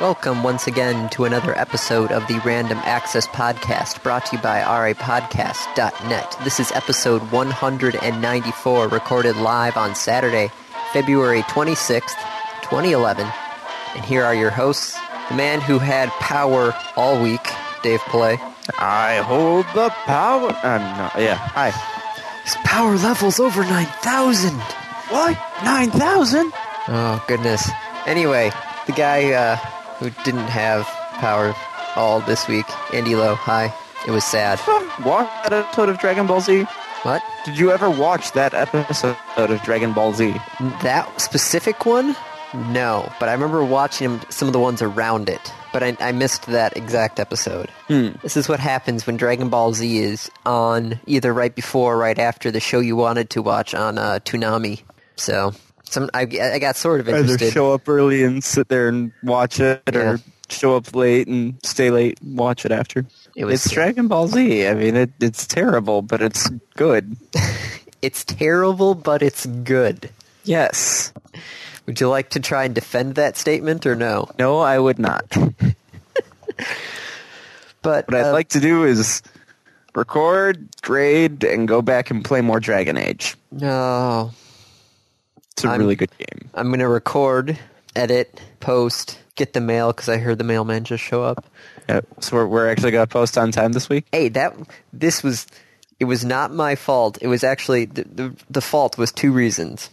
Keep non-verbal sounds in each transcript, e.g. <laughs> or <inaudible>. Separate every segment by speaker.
Speaker 1: Welcome once again to another episode of the Random Access Podcast brought to you by rapodcast.net. This is episode 194, recorded live on Saturday, February 26th, 2011. And here are your hosts the man who had power all week, Dave Play.
Speaker 2: I hold the power. Um, no, yeah. Hi.
Speaker 1: His power level's over 9,000.
Speaker 2: What? Nine thousand?
Speaker 1: Oh, goodness. Anyway, the guy uh, who didn't have power all this week, Andy Lowe, hi. It was sad.
Speaker 2: Watch that episode of Dragon Ball Z.
Speaker 1: What?
Speaker 2: Did you ever watch that episode of Dragon Ball Z?
Speaker 1: That specific one? No, but I remember watching him- some of the ones around it. But I, I missed that exact episode.
Speaker 2: Hmm.
Speaker 1: This is what happens when Dragon Ball Z is on either right before or right after the show you wanted to watch on uh, Toonami. So some I, I got sort of
Speaker 2: Either
Speaker 1: interested.
Speaker 2: show up early and sit there and watch it,
Speaker 1: Yeah.
Speaker 2: or show up late and stay late and watch it after.
Speaker 1: It was-
Speaker 2: it's Dragon Ball Z. I mean, it, it's terrible, but it's good.
Speaker 1: It's terrible, but it's good.
Speaker 2: <laughs> Yes.
Speaker 1: Would you like to try and defend that statement or no?
Speaker 2: No, I would not.
Speaker 1: But
Speaker 2: What I'd
Speaker 1: uh,
Speaker 2: like to do is record, grade, and go back and play more Dragon Age.
Speaker 1: no.
Speaker 2: It's a
Speaker 1: I'm-
Speaker 2: really good game.
Speaker 1: I'm gonna record, edit, post, get the mail because I heard the mailman just show up.
Speaker 2: Yeah, so we're, we're actually going to post on time
Speaker 1: <laughs>
Speaker 2: this week.
Speaker 1: hey that this was it was not my fault it was actually the, the, the fault was two reasons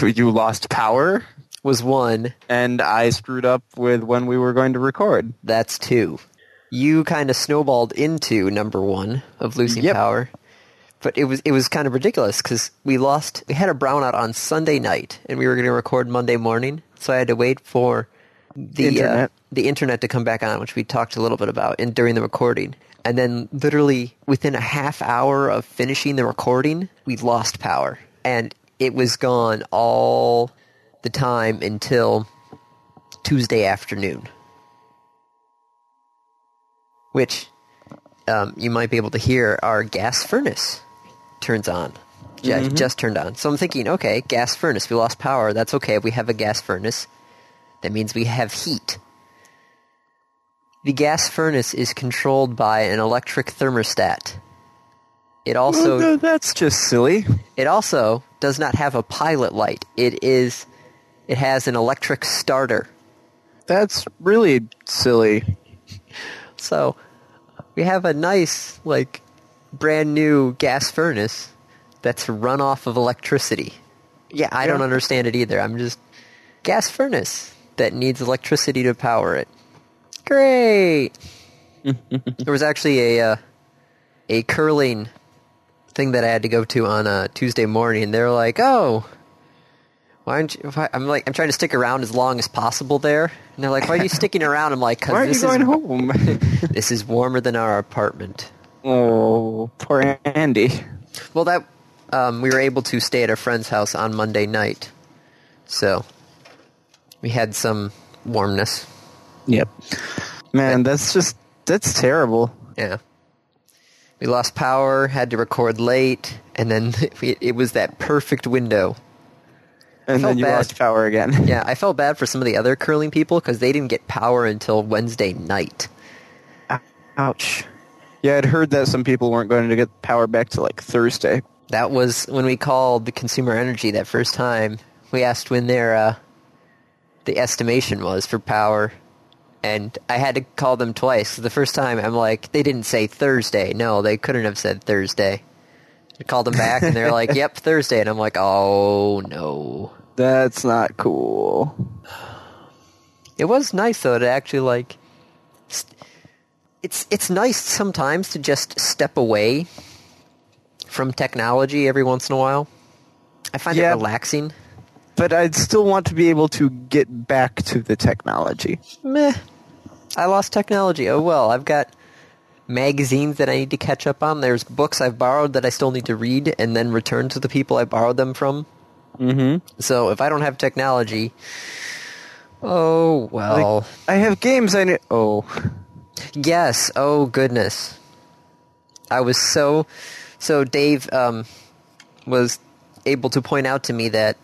Speaker 2: You- you lost power,
Speaker 1: was one
Speaker 2: and I screwed up with when we were going to record.
Speaker 1: that's two you kind of snowballed into number one of losing
Speaker 2: Yep.
Speaker 1: power but it was it was kind of ridiculous because we lost we had a brownout on sunday night and we were going to record monday morning so i had to wait for the Uh,
Speaker 2: Internet.
Speaker 1: the internet to come back on which we talked a little bit about in, during the recording and then literally within a half hour of finishing the recording we lost power and it was gone all the time until tuesday afternoon which um, you might be able to hear our gas furnace turns on. Ju- Just turned on. So I'm thinking, okay, gas furnace. We lost power. That's okay. We have a gas furnace. That means we have heat. The gas furnace is controlled by an electric thermostat. It also
Speaker 2: Oh, no, that's just silly.
Speaker 1: it also does not have a pilot light. It is it has an electric starter.
Speaker 2: That's really silly.
Speaker 1: So we have a nice, like, brand new gas furnace that's run off of electricity. Yeah, I don't
Speaker 2: Yeah.
Speaker 1: understand it either. I'm just gas furnace that needs electricity to power it.
Speaker 2: <laughs>
Speaker 1: Great. there was actually a uh, a curling thing that I had to go to on a Tuesday morning. and They're like, oh. Why aren't you, why, I'm like I'm trying to stick around as long as possible there, and they're like, "Why are you sticking around?" I'm like, "Cause
Speaker 2: Why aren't
Speaker 1: this
Speaker 2: you going
Speaker 1: is
Speaker 2: home? <laughs>
Speaker 1: this is warmer than our apartment.
Speaker 2: oh, poor Andy.
Speaker 1: Well, that um, we were able to stay at a friend's house on Monday night, so we had some warmness.
Speaker 2: Yep. Man, that's just that's terrible.
Speaker 1: Yeah, we lost power, had to record late, and then <laughs> it, it was that perfect window.
Speaker 2: And
Speaker 1: Felt
Speaker 2: then you
Speaker 1: bad.
Speaker 2: lost power again.
Speaker 1: Yeah, I felt bad for some of the other curling people because they didn't get power until Wednesday night.
Speaker 2: <laughs> Ouch. Yeah, I'd heard that some people weren't going to get power back to like Thursday.
Speaker 1: That was when we called the consumer energy that first time. We asked when their uh, the estimation was for power, and I had to call them twice. The first time, I'm like, they didn't say Thursday. No, they couldn't have said Thursday. I called them back, and they're like, "Yep, Thursday," and I'm like, "Oh no."
Speaker 2: That's not cool.
Speaker 1: It was nice though to actually like. s- It's it's nice sometimes to just step away from technology every once in a while. I find
Speaker 2: Yeah.
Speaker 1: it relaxing.
Speaker 2: But I'd still want to be able to get back to the technology.
Speaker 1: meh. I lost technology. Oh well, I've got magazines that I need to catch up on. There's books I've borrowed that I still need to read and then return to the people I borrowed them from. Mm-hmm. So if I don't have technology, oh
Speaker 2: Like,
Speaker 1: well.
Speaker 2: I have games I need. Oh,
Speaker 1: Yes. Oh goodness. I was so so Dave um, was able to point out to me that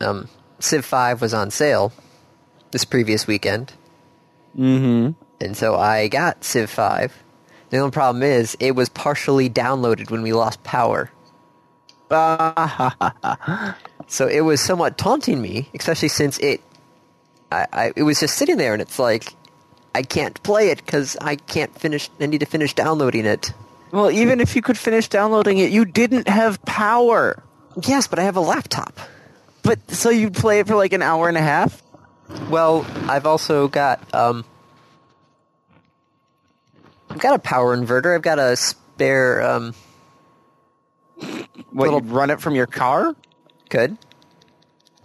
Speaker 1: um, Civ Five was on sale this previous weekend,
Speaker 2: Mm-hmm.
Speaker 1: And so I got Civ 5. The only problem is, it was partially downloaded when we lost power. <laughs> so it was somewhat taunting me, especially since it, I, I it was just sitting there, and it's like, I can't play it because I can't finish. I need to finish downloading it.
Speaker 2: Well, even if you could finish downloading it, you didn't have power.
Speaker 1: Yes, but I have a laptop.
Speaker 2: But so you play it for like an hour and a half?
Speaker 1: Well, I've also got um, I've got a power inverter. I've got a spare um,
Speaker 2: What,
Speaker 1: Little-
Speaker 2: you'd run it from your car?
Speaker 1: Good.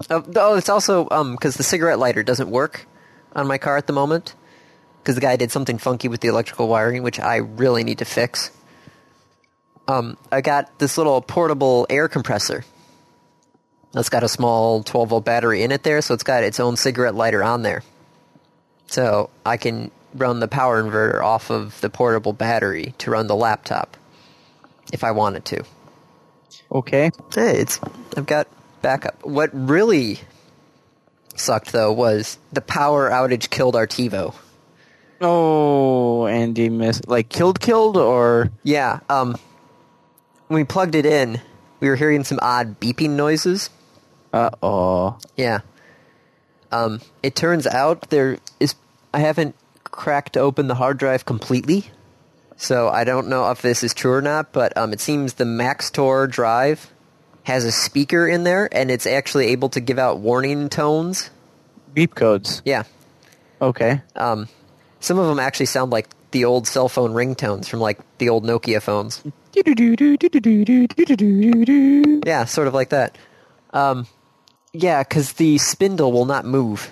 Speaker 1: Oh, oh it's also um because the cigarette lighter doesn't work on my car at the moment because the guy did something funky with the electrical wiring, which I really need to fix. Um, I got this little portable air compressor. That's got a small 12 volt battery in it there, so it's got its own cigarette lighter on there. So I can run the power inverter off of the portable battery to run the laptop if I wanted to.
Speaker 2: Okay.
Speaker 1: Yeah, it's I've got backup. What really sucked though was the power outage killed our TiVo.
Speaker 2: Oh, Andy missed. Like killed, killed, or
Speaker 1: Yeah, um when we plugged it in, we were hearing some odd beeping noises.
Speaker 2: uh oh.
Speaker 1: Yeah. Um it turns out there is I haven't cracked open the hard drive completely. So I don't know if this is true or not, but um it seems the Maxtor drive has a speaker in there and it's actually able to give out warning tones.
Speaker 2: Beep codes.
Speaker 1: Yeah.
Speaker 2: Okay.
Speaker 1: Um, some of them actually sound like the old cell phone ringtones from like the old Nokia phones.
Speaker 2: Doo-doo-doo-doo-doo-doo-doo-doo-doo-doo.
Speaker 1: Yeah, sort of like that. Um, yeah, because the spindle will not move.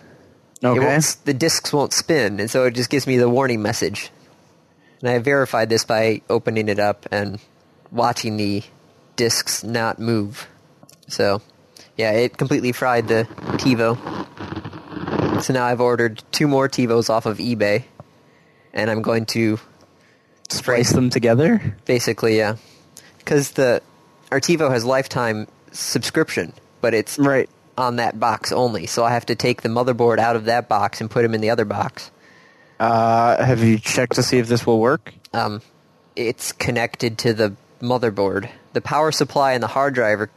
Speaker 1: It
Speaker 2: Okay.
Speaker 1: won't, the discs won't spin, and so it just gives me the warning message. And I verified this by opening it up and watching the discs not move. So, yeah, it completely fried the TiVo. So now I've ordered two more TiVos off of eBay, and I'm going to
Speaker 2: Splice them together.
Speaker 1: Basically, yeah. Because the Artivo has lifetime subscription, but it's
Speaker 2: Right.
Speaker 1: on that box only. So I have to take the motherboard out of that box and put them in the other box.
Speaker 2: Uh, have you checked to see if this will work?
Speaker 1: Um, it's connected to the motherboard. The power supply and the hard drive are.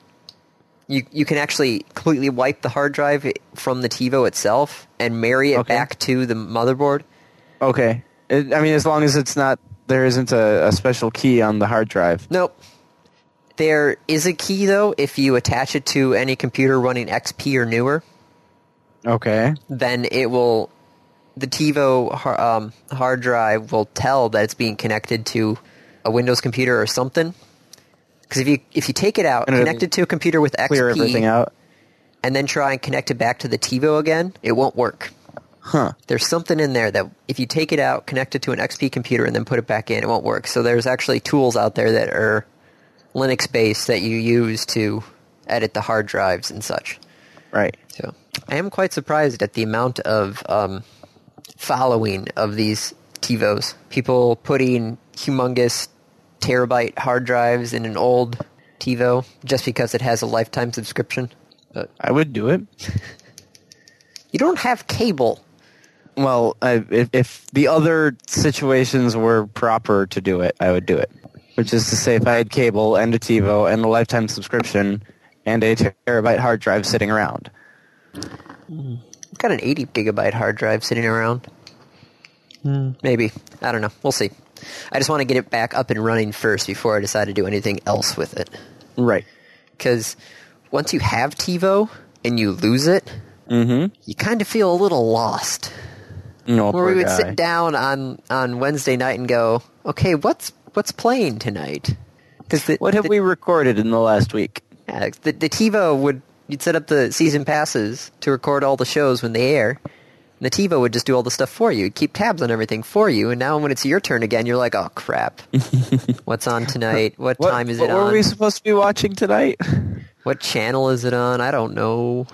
Speaker 1: You, you can actually completely wipe the hard drive from the TiVo itself and marry it
Speaker 2: Okay.
Speaker 1: back to the motherboard.
Speaker 2: Okay. It, I mean, as long as it's not, there isn't a, a special key on the hard drive.
Speaker 1: Nope. There is a key, though, if you attach it to any computer running XP or newer.
Speaker 2: Okay.
Speaker 1: then it will the TiVo har- um, hard drive will tell that it's being connected to a Windows computer or something. Because if you if you take it out,
Speaker 2: And it'll
Speaker 1: connect it to a computer with XP,
Speaker 2: Clear everything out.
Speaker 1: and then try and connect it back to the TiVo again, it won't work.
Speaker 2: Huh.
Speaker 1: There's something in there that if you take it out, connect it to an XP computer, and then put it back in, it won't work. So there's actually tools out there that are Linux based that you use to edit the hard drives and such.
Speaker 2: Right.
Speaker 1: So I am quite surprised at the amount of um, following of these TiVos. People putting humongous terabyte hard drives in an old TiVo just because it has a lifetime subscription. But
Speaker 2: I would do it.
Speaker 1: you don't have cable.
Speaker 2: Well, I, if, if the other situations were proper to do it, I would do it. Which is to say, if I had cable and a TiVo and a lifetime subscription and a terabyte hard drive sitting around.
Speaker 1: I've got an 80 gigabyte hard drive sitting around. Maybe. I don't know. We'll see. I just want to get it back up and running first before I decide to do anything else with it.
Speaker 2: Right.
Speaker 1: Because once you have TiVo and you lose it,
Speaker 2: Mm-hmm.
Speaker 1: you kind of feel a little lost.
Speaker 2: No,
Speaker 1: Where
Speaker 2: poor
Speaker 1: we would
Speaker 2: guy.
Speaker 1: sit down on on Wednesday night and go, okay, what's what's playing tonight? Because the,
Speaker 2: What have
Speaker 1: the,
Speaker 2: we recorded in the last week?
Speaker 1: yeah, the the TiVo would you'd set up the season passes to record all the shows when they air. And the TiVo would just do all the stuff for you. It'd keep tabs on everything for you. And now when it's your turn again, you're like, oh
Speaker 2: <laughs>
Speaker 1: crap, what's on tonight? What,
Speaker 2: What,
Speaker 1: time is
Speaker 2: what
Speaker 1: it
Speaker 2: were
Speaker 1: on?
Speaker 2: we supposed to be watching tonight?
Speaker 1: What channel is it on? I don't know.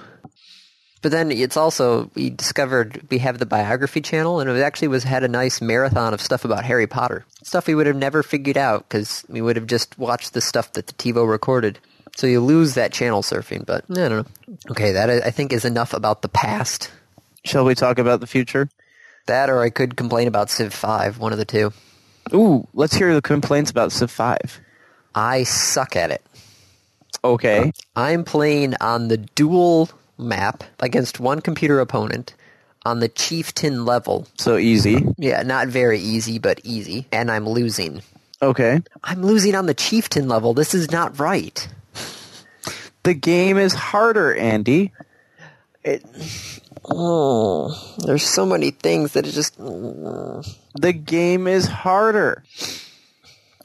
Speaker 1: But then it's also we discovered we have the biography channel, and it actually was had a nice marathon of stuff about Harry Potter, stuff we would have never figured out because we would have just watched the stuff that the TiVo recorded. So you lose that channel surfing, but I don't know. Okay, that I I think is enough about the past.
Speaker 2: Shall we talk about the future?
Speaker 1: That or I could complain about Civ 5, one of the two.
Speaker 2: Ooh, let's hear the complaints about Civ 5.
Speaker 1: I suck at it.
Speaker 2: Okay.
Speaker 1: I'm playing on the dual map against one computer opponent on the chieftain level.
Speaker 2: So easy.
Speaker 1: Yeah, not very easy, but easy. And I'm losing.
Speaker 2: Okay.
Speaker 1: I'm losing on the chieftain level. This is not right.
Speaker 2: The game is harder, Andy.
Speaker 1: It. Oh, there's so many things that it just.
Speaker 2: The game is harder.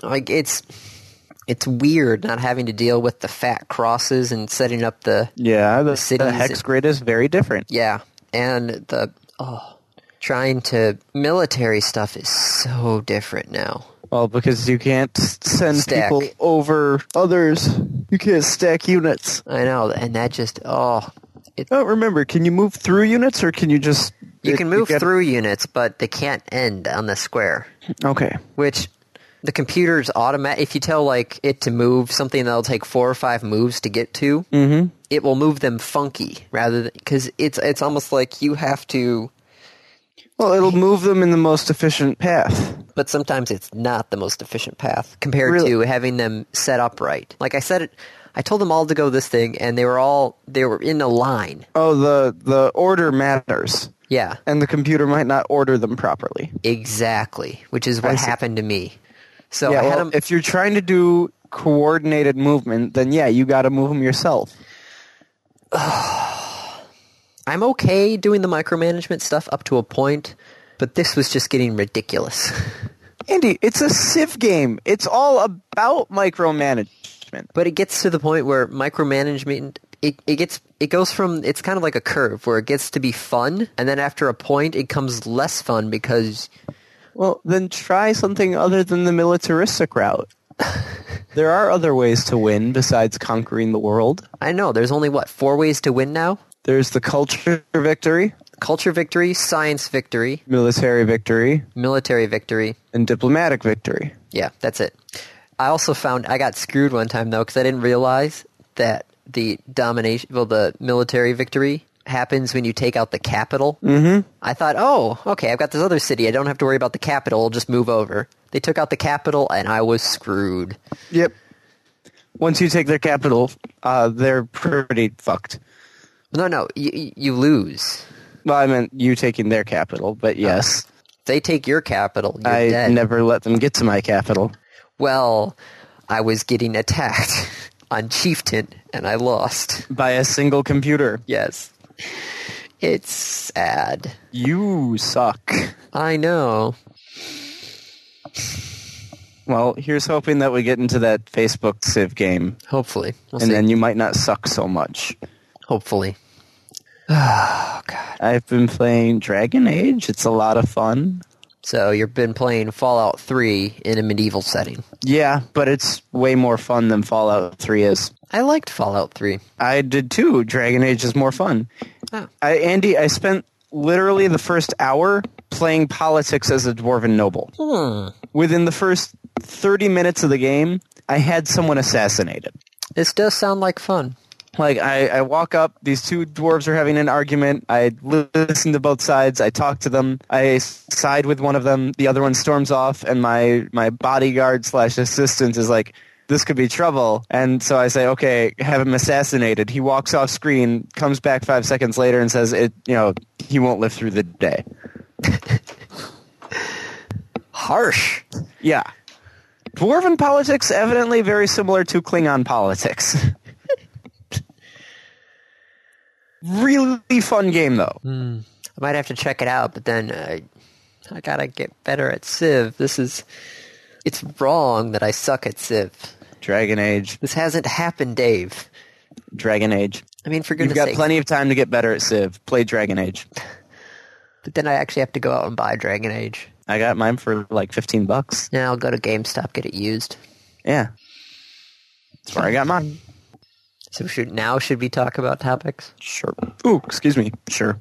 Speaker 1: like it's it's weird not having to deal with the fat crosses and setting up the
Speaker 2: Yeah, the,
Speaker 1: cities-
Speaker 2: the hex grid is very different.
Speaker 1: yeah and the oh trying to military stuff is so different now
Speaker 2: Well, because you can't s- send
Speaker 1: Stack.
Speaker 2: people over others. You can't stack units.
Speaker 1: i know and that just oh it,
Speaker 2: I don't remember. Can you move through units, or can you just?
Speaker 1: you
Speaker 2: it-
Speaker 1: can move
Speaker 2: gotta-
Speaker 1: through units but they can't end on the square
Speaker 2: Okay.
Speaker 1: which the computer's automatic if you tell like it to move something that'll take four or five moves to get to mm-hmm. it will move them funky rather than because it's it's almost like you have to
Speaker 2: Well, it'll move them in the most efficient path.
Speaker 1: but sometimes it's not the most efficient path compared
Speaker 2: Really?
Speaker 1: to having them set up right. Like I said, it, I told them all to go this thing, and they were all they were in a line.
Speaker 2: Oh, the the order matters,
Speaker 1: Yeah,
Speaker 2: and the computer might not order them properly.
Speaker 1: exactly. Which is what
Speaker 2: see.
Speaker 1: happened to me. So
Speaker 2: yeah.
Speaker 1: I had
Speaker 2: Well,
Speaker 1: them.
Speaker 2: if you're trying to do coordinated movement, then yeah, you got to move them yourself.
Speaker 1: I'm okay doing the micromanagement stuff up to a point, but this was just getting ridiculous. <laughs>
Speaker 2: Andy, it's a Civ game. It's all about micromanagement.
Speaker 1: but it gets to the point where micromanagement it, it gets it goes from it's kind of like a curve where it gets to be fun and then after a point it comes less fun because
Speaker 2: Well, then try something other than the militaristic route. <laughs> there are other ways to win besides conquering the world.
Speaker 1: I know. There's only what four ways to win now:
Speaker 2: There's the culture victory,
Speaker 1: culture victory, science victory,
Speaker 2: military victory,
Speaker 1: military victory.
Speaker 2: and diplomatic victory.
Speaker 1: Yeah, that's it. I also found I got screwed one time though because I didn't realize that the domination, well, the military victory happens when you take out the capital. Mm-hmm. I thought, oh, okay, I've got this other city. I don't have to worry about the capital. I'll just move over. They took out the capital, and I was screwed.
Speaker 2: Yep. Once you take their capital, uh, they're pretty fucked.
Speaker 1: No, no, you, you lose.
Speaker 2: Well, I meant you taking their capital,
Speaker 1: Oh.
Speaker 2: but yes,
Speaker 1: They take your capital. You're
Speaker 2: I
Speaker 1: dead.
Speaker 2: never let them get to my capital.
Speaker 1: Well, I was getting attacked <laughs> on Chieftain and I lost.
Speaker 2: By a single computer.
Speaker 1: Yes. It's sad.
Speaker 2: You suck.
Speaker 1: I know.
Speaker 2: Well, here's hoping that we get into that Facebook Civ game,
Speaker 1: Hopefully. We'll
Speaker 2: and
Speaker 1: see.
Speaker 2: then you might not suck so much.
Speaker 1: Hopefully.
Speaker 2: I've been playing Dragon Age. It's a lot of fun.
Speaker 1: So you've been playing Fallout 3 in a medieval setting.
Speaker 2: Yeah, but it's way more fun than Fallout 3 is.
Speaker 1: I liked Fallout 3.
Speaker 2: I did too. Dragon Age is more fun.
Speaker 1: Oh.
Speaker 2: I, Andy, I spent literally the first hour playing politics as a dwarven noble. Within the first 30 minutes of the game, I had someone assassinated.
Speaker 1: This does sound like fun.
Speaker 2: Like I, I walk up, these two dwarves are having an argument. I li- listen to both sides. I talk to them. I side with one of them. The other one storms off, and my my bodyguard slash assistant is like, "This could be trouble." And so I say, "Okay, have him assassinated." He walks off screen, comes back five seconds later, and says, "It, you know, he won't live through the day."
Speaker 1: Harsh.
Speaker 2: Yeah, dwarven politics evidently very similar to Klingon politics. <laughs> really fun game though.
Speaker 1: I might have to check it out, but then uh, I gotta get better at Civ. This is. It's wrong that I suck at Civ.
Speaker 2: Dragon Age.
Speaker 1: This hasn't happened, Dave.
Speaker 2: Dragon Age.
Speaker 1: I mean, for
Speaker 2: You've
Speaker 1: goodness
Speaker 2: got
Speaker 1: sake.
Speaker 2: plenty of time to get better at Civ. Play Dragon Age.
Speaker 1: But then I actually have to go out and buy Dragon Age.
Speaker 2: I got mine for like 15 bucks.
Speaker 1: Now I'll go to GameStop, get it used.
Speaker 2: Yeah. That's where I got mine.
Speaker 1: So should, now should we talk about topics?
Speaker 2: Sure. Ooh, excuse me. Sure.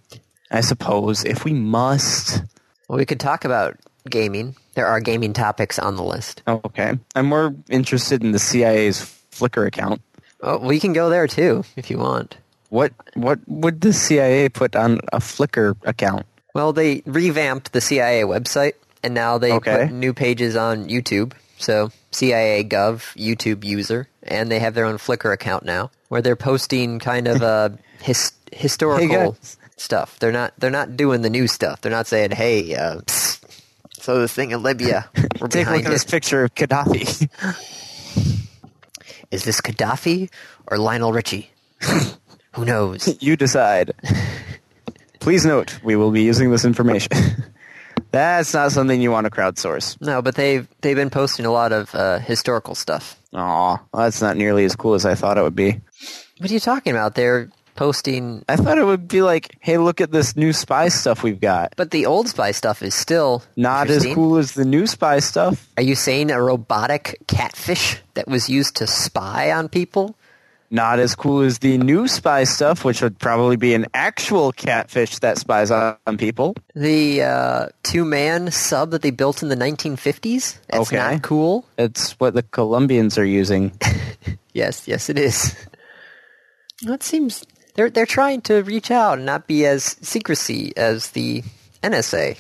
Speaker 2: I suppose if we must.
Speaker 1: Well, we could talk about gaming. There are gaming topics on the list.
Speaker 2: Oh, okay. I'm more interested in the CIA's Flickr account.
Speaker 1: Oh, we can go there too if you want.
Speaker 2: What what would the CIA put on a Flickr account?
Speaker 1: Well, they revamped the CIA website, and now they
Speaker 2: Okay.
Speaker 1: put new pages on YouTube. So CIA Gov YouTube user, and they have their own Flickr account now, where they're posting kind of
Speaker 2: <laughs>
Speaker 1: uh, his, historical
Speaker 2: guys.
Speaker 1: stuff. They're not they're not doing the new stuff. They're not saying, "Hey, uh, psst, so this thing in
Speaker 2: <laughs>
Speaker 1: Libya, we're
Speaker 2: Take a look
Speaker 1: behind
Speaker 2: at this
Speaker 1: it.
Speaker 2: picture of Gaddafi. <laughs>
Speaker 1: Is this Gaddafi or Lionel Richie? <laughs> Who knows?"
Speaker 2: <laughs> you decide. Please note, we will be using this information. <laughs> That's not something you want to crowdsource.
Speaker 1: No, but they've they've been posting a lot of uh, historical stuff.
Speaker 2: Aw, that's not nearly as cool as I thought it would be.
Speaker 1: What are you talking about? They're posting,
Speaker 2: I thought it would be like, hey, look at this new spy stuff we've got.
Speaker 1: but the old spy stuff is still
Speaker 2: Not as
Speaker 1: interesting.
Speaker 2: cool as the new spy stuff.
Speaker 1: Are you saying a robotic catfish that was used to spy on people?
Speaker 2: Not as cool as the new spy stuff, which would probably be an actual catfish that spies on on people.
Speaker 1: The uh, two-man sub that they built in the 1950s? That's
Speaker 2: Okay.
Speaker 1: not cool.
Speaker 2: It's what the Colombians are using.
Speaker 1: Yes, yes, it is. <laughs> That seems they're they're trying to reach out and not be as secrecy as the NSA.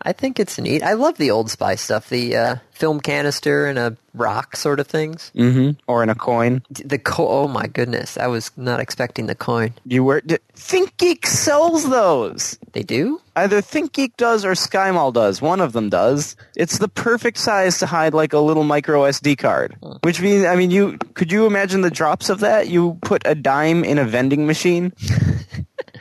Speaker 1: I think it's neat. I love the old spy stuff, the uh, film canister and a rock sort of things.
Speaker 2: hmm Or in a coin.
Speaker 1: The co- oh my goodness, I was not expecting the coin.
Speaker 2: You were. D- ThinkGeek sells those!
Speaker 1: They do?
Speaker 2: Either ThinkGeek does or SkyMall does. One of them does. It's the perfect size to hide like a little micro SD card. Which means, I mean, you could you imagine the drops of that? You put a dime in a vending machine.
Speaker 1: That-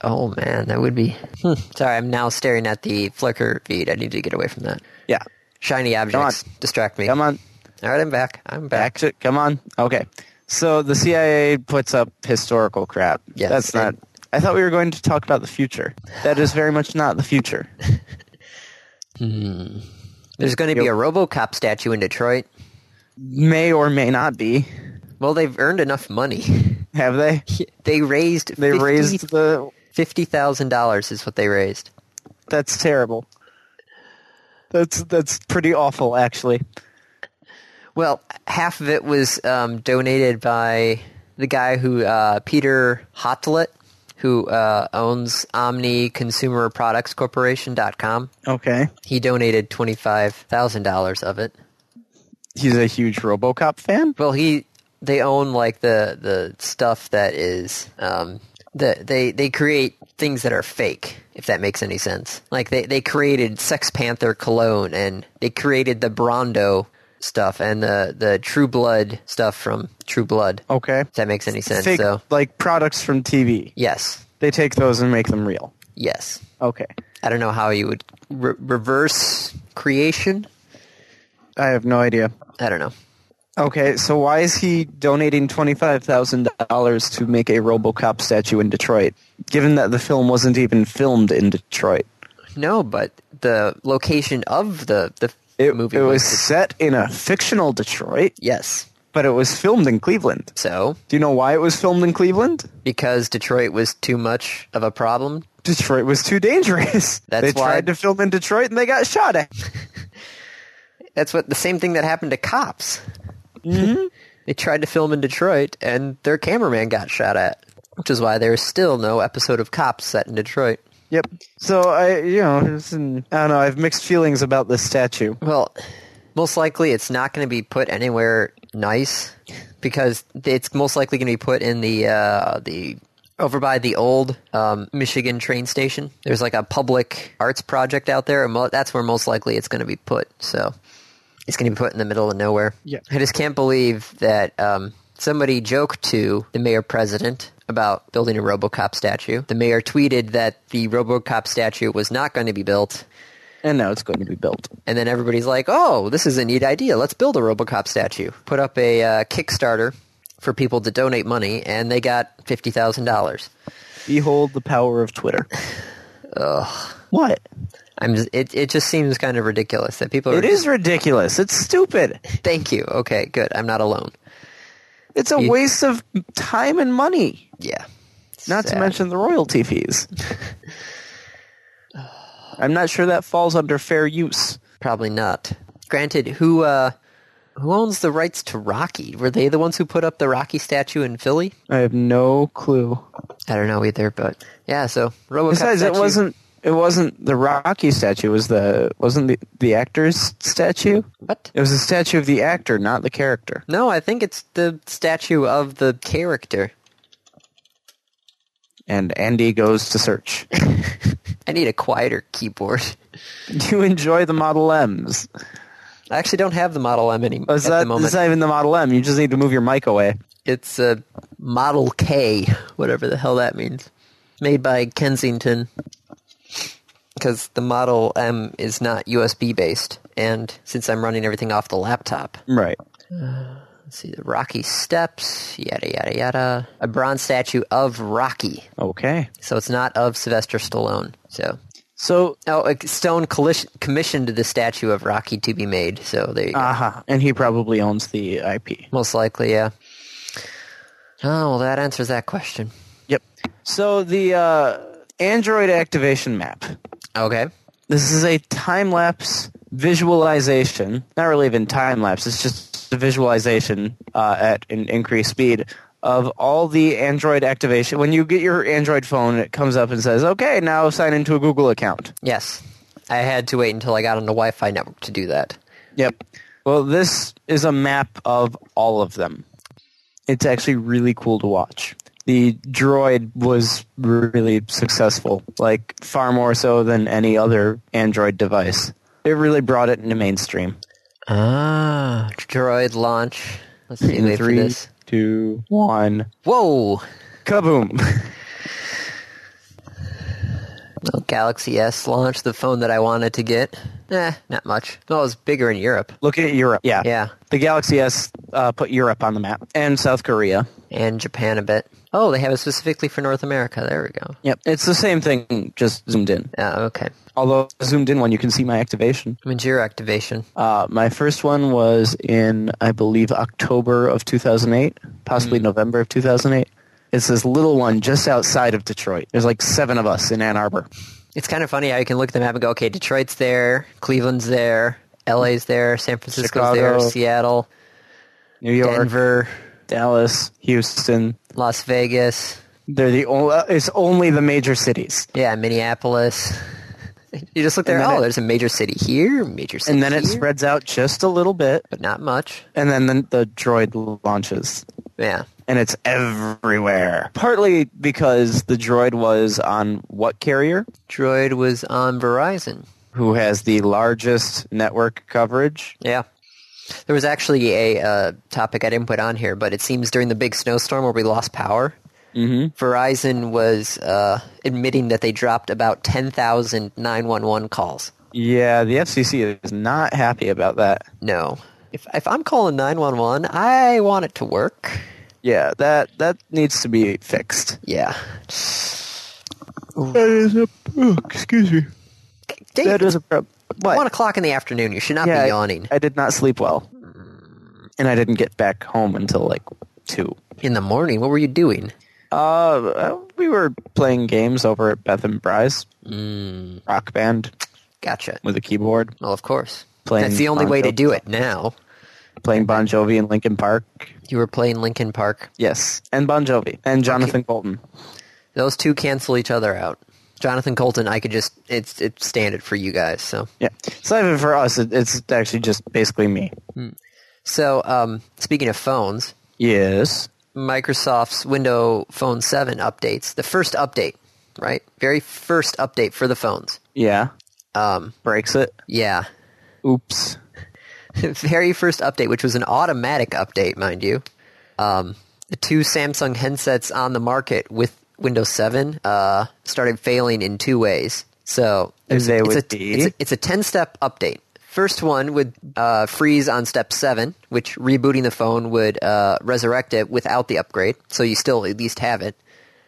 Speaker 1: Oh man, that would be. Hmm. Sorry, I'm now staring at the Flickr feed. I need to get away from that.
Speaker 2: Yeah,
Speaker 1: Shiny objects distract me.
Speaker 2: come on,
Speaker 1: All right, I'm back. I'm back.
Speaker 2: back to come on. Okay, so the CIA puts up historical crap.
Speaker 1: Yes,
Speaker 2: that's not.
Speaker 1: and-
Speaker 2: I thought we were going to talk about the future. That is very much not the future.
Speaker 1: There's going to be a RoboCop statue in Detroit.
Speaker 2: May or may not be.
Speaker 1: Well, they've earned enough money. <laughs>
Speaker 2: Have they?
Speaker 1: They raised
Speaker 2: They raised the.
Speaker 1: fifty thousand dollars is what they raised.
Speaker 2: That's terrible. That's that's pretty awful, actually.
Speaker 1: Well, half of it was um, donated by the guy who uh, Peter Hotlett, who uh, owns Omni Consumer Products Corporation dot com.
Speaker 2: Okay.
Speaker 1: He donated twenty five thousand dollars of it.
Speaker 2: He's a huge RoboCop fan.
Speaker 1: Well, he they own like the the stuff that is um the they they create things that are fake if that makes any sense. Like they they created Sex Panther cologne and they created the Brondo stuff and the the True Blood stuff from True Blood.
Speaker 2: Okay.
Speaker 1: If that makes any sense.
Speaker 2: Fake
Speaker 1: So,
Speaker 2: like products from TV.
Speaker 1: yes.
Speaker 2: They take those and make them real.
Speaker 1: Yes.
Speaker 2: Okay.
Speaker 1: I don't know how you would re- reverse creation.
Speaker 2: I have no idea.
Speaker 1: I don't know.
Speaker 2: Okay, so why is he donating $25,000 to make a RoboCop statue in Detroit, given that the film wasn't even filmed in Detroit?
Speaker 1: No, but the location of the the
Speaker 2: It,
Speaker 1: movie
Speaker 2: it was
Speaker 1: was
Speaker 2: set in a fictional Detroit,
Speaker 1: yes.
Speaker 2: but it was filmed in Cleveland.
Speaker 1: So,
Speaker 2: Do you know why it was filmed in Cleveland?
Speaker 1: because Detroit was too much of a problem.
Speaker 2: Detroit was too dangerous. <laughs>
Speaker 1: That's
Speaker 2: they
Speaker 1: why-
Speaker 2: tried to film in Detroit and they got shot at.
Speaker 1: That's what the same thing that happened to cops.
Speaker 2: Mm-hmm.
Speaker 1: <laughs> they tried to film in Detroit, and their cameraman got shot at, which is why there's still no episode of Cops set in Detroit.
Speaker 2: <laughs> Yep. So I, you know, it's an, I don't know. I have mixed feelings about this statue.
Speaker 1: Well, most likely it's not going to be put anywhere nice because it's most likely going to be put in the uh, the over by the old um, Michigan train station. There's like a public arts project out there, and mo- that's where most likely it's going to be put. So it's going to be put in the middle of nowhere.
Speaker 2: Yeah.
Speaker 1: I just can't believe that um, somebody joked to the mayor president about building a RoboCop statue. The mayor tweeted that the RoboCop statue was not going to be built.
Speaker 2: And now it's going to be built.
Speaker 1: And then everybody's like, oh, this is a neat idea. Let's build a Robocop statue. Put up a uh, Kickstarter for people to donate money, and they got $50,000.
Speaker 2: Behold the power of <sighs> Twitter. Ugh. What?
Speaker 1: I'm just, it, it just seems kind of ridiculous that people are.
Speaker 2: It is ridiculous. It's stupid.
Speaker 1: Thank you. Okay, good. I'm not alone.
Speaker 2: It's a
Speaker 1: Yeah.
Speaker 2: waste of time and money.
Speaker 1: Yeah.
Speaker 2: Not to
Speaker 1: Sad.
Speaker 2: mention the royalty <sighs> fees. I'm not sure that falls under fair use.
Speaker 1: Probably not. Granted, who, uh, who owns the rights to Rocky? Were they the ones who put up the Rocky statue in Philly?
Speaker 2: I have no clue.
Speaker 1: I don't know either, but yeah. So RoboCop.
Speaker 2: Besides, it
Speaker 1: statue-
Speaker 2: wasn't it wasn't the Rocky statue. It was the wasn't the the actor's statue?
Speaker 1: what?
Speaker 2: It was the statue of the actor, not the character.
Speaker 1: No, I think it's the statue of the character.
Speaker 2: And Andy goes
Speaker 1: <laughs>
Speaker 2: to search. <laughs>
Speaker 1: I need a quieter keyboard. <laughs>
Speaker 2: Do you enjoy the Model M's?
Speaker 1: I actually don't have the Model M anymore
Speaker 2: Oh, is
Speaker 1: at
Speaker 2: that,
Speaker 1: the moment.
Speaker 2: It's not even the Model M. You just need to move your mic away.
Speaker 1: It's a Model K, whatever the hell that means. Made by Kensington. Because the Model M is not USB based. And since I'm running everything off the laptop,
Speaker 2: Right.
Speaker 1: let's see the Rocky Steps, yada, yada, yada. A bronze statue of Rocky.
Speaker 2: Okay.
Speaker 1: So it's not of Sylvester Stallone. So.
Speaker 2: So,
Speaker 1: Oh, uh, Stone collis- commissioned the statue of Rocky to be made. So there you go.
Speaker 2: aha, and he probably owns the IP.
Speaker 1: Most likely, yeah. Oh, well, that answers that question.
Speaker 2: Yep. So the uh, Android activation map.
Speaker 1: Okay.
Speaker 2: This is a time lapse visualization. Not really even time lapse. It's just a visualization uh, at an increased speed of all the Android activation. When you get your Android phone, it comes up and says, "Okay, now sign into a Google account."
Speaker 1: Yes. I had to wait until I got on the Wi Fi network to do that.
Speaker 2: Yep. Well, this is a map of all of them. It's actually really cool to watch. The droid was really successful, like far more so than any other Android device. It really brought it into mainstream.
Speaker 1: Ah. Droid launch. Let's see.
Speaker 2: In
Speaker 1: Wait for
Speaker 2: three,
Speaker 1: this.
Speaker 2: two, one,
Speaker 1: Whoa!
Speaker 2: kaboom! <laughs>
Speaker 1: Oh, Galaxy S launch, the phone that I wanted to get. Eh, not much. Well, it was bigger in Europe.
Speaker 2: Look at Europe. Yeah,
Speaker 1: Yeah.
Speaker 2: The Galaxy S uh, put Europe on the map and South Korea.
Speaker 1: And Japan a bit. Oh, they have it specifically for North America. There we go.
Speaker 2: Yep, it's the same thing, just zoomed in.
Speaker 1: Oh, okay.
Speaker 2: Although zoomed in one, you can see my activation.
Speaker 1: When's your activation?
Speaker 2: Uh, my first one was in, I believe, October of 2008, possibly
Speaker 1: Hmm.
Speaker 2: November of 2008. It's this little one just outside of Detroit. There's like seven of us in Ann Arbor.
Speaker 1: It's kind of funny how you can look at the map and go, okay, Detroit's there, Cleveland's there, LA's there, San Francisco's there,
Speaker 2: Chicago.
Speaker 1: Seattle,
Speaker 2: New York,
Speaker 1: Denver,
Speaker 2: Dallas, Houston.
Speaker 1: Las Vegas,
Speaker 2: They're the only, it's only the major cities.
Speaker 1: yeah, Minneapolis. <laughs> You just look there,
Speaker 2: then
Speaker 1: oh,
Speaker 2: it-
Speaker 1: there's a major city here, major city
Speaker 2: And then it
Speaker 1: here,
Speaker 2: spreads out just a little bit.
Speaker 1: but not much.
Speaker 2: And then the, the droid launches.
Speaker 1: Yeah.
Speaker 2: And it's everywhere. Partly because the droid was on what carrier?
Speaker 1: Droid was on Verizon.
Speaker 2: Who has the largest network coverage?
Speaker 1: Yeah. There was actually a uh, topic I didn't put on here, but it seems during the big snowstorm where we lost power,
Speaker 2: Mm-hmm.
Speaker 1: Verizon was uh, admitting that they dropped about 10,000 911 calls.
Speaker 2: Yeah, the FCC is not happy about that.
Speaker 1: No. If if I'm calling 911, I want it to work.
Speaker 2: Yeah, that that needs to be fixed.
Speaker 1: Yeah.
Speaker 2: That is a oh, excuse me.
Speaker 1: Dave,
Speaker 2: That is a problem. What?
Speaker 1: one o'clock in the afternoon. You should not
Speaker 2: yeah,
Speaker 1: be
Speaker 2: I-
Speaker 1: yawning.
Speaker 2: I, did not sleep well, and I didn't get back home until like two.
Speaker 1: in the morning, what were you doing?
Speaker 2: Uh, we were playing games over at Beth and Bry's
Speaker 1: Mm.
Speaker 2: rock band
Speaker 1: Gotcha.
Speaker 2: with a keyboard,
Speaker 1: Well, of course.
Speaker 2: Playing
Speaker 1: That's the only way to
Speaker 2: Bonjour.
Speaker 1: do it now.
Speaker 2: playing Bon Jovi and Linkin Park.
Speaker 1: You were playing Linkin Park.
Speaker 2: Yes, and Bon Jovi and Jonathan Colton.
Speaker 1: Those two cancel each other out. Jonathan Colton, I could just it's it's standard for you guys. So
Speaker 2: Yeah, it's not even for us. It, it's actually just basically me.
Speaker 1: so um, speaking of phones,
Speaker 2: Yes.
Speaker 1: Microsoft's Windows Phone 7 updates, the first update, right? Very first update for the phones.
Speaker 2: Yeah.
Speaker 1: Um,
Speaker 2: Breaks it.
Speaker 1: yeah.
Speaker 2: Oops.
Speaker 1: <laughs> Very first update, which was an automatic update, mind you. Um, the two Samsung headsets on the market with Windows 7 uh, started failing in two ways. So there's-
Speaker 2: They
Speaker 1: it's,
Speaker 2: would
Speaker 1: a,
Speaker 2: be?
Speaker 1: it's a it's a 10 step update. First one would uh, freeze on step seven, which rebooting the phone would uh, resurrect it without the upgrade, so you still at least have it.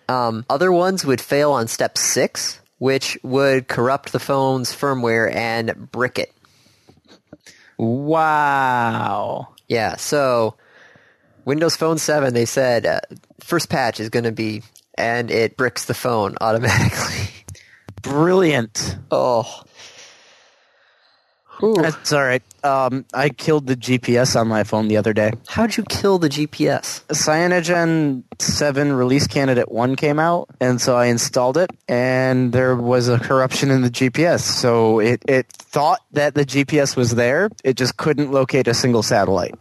Speaker 1: Um, other ones would fail on step six, which would corrupt the phone's firmware and brick it.
Speaker 2: Wow.
Speaker 1: Yeah, so Windows Phone 7, they said uh, first patch is going to be, and it bricks the phone <laughs> automatically.
Speaker 2: Brilliant.
Speaker 1: oh. Ooh.
Speaker 2: That's all right. Um, I killed the GPS on my phone the other day.
Speaker 1: How'd you kill the GPS?
Speaker 2: Cyanogen 7 release candidate 1 came out, and so I installed it, and there was a corruption in the GPS. So it, it thought that the GPS was there, it just couldn't locate a single satellite.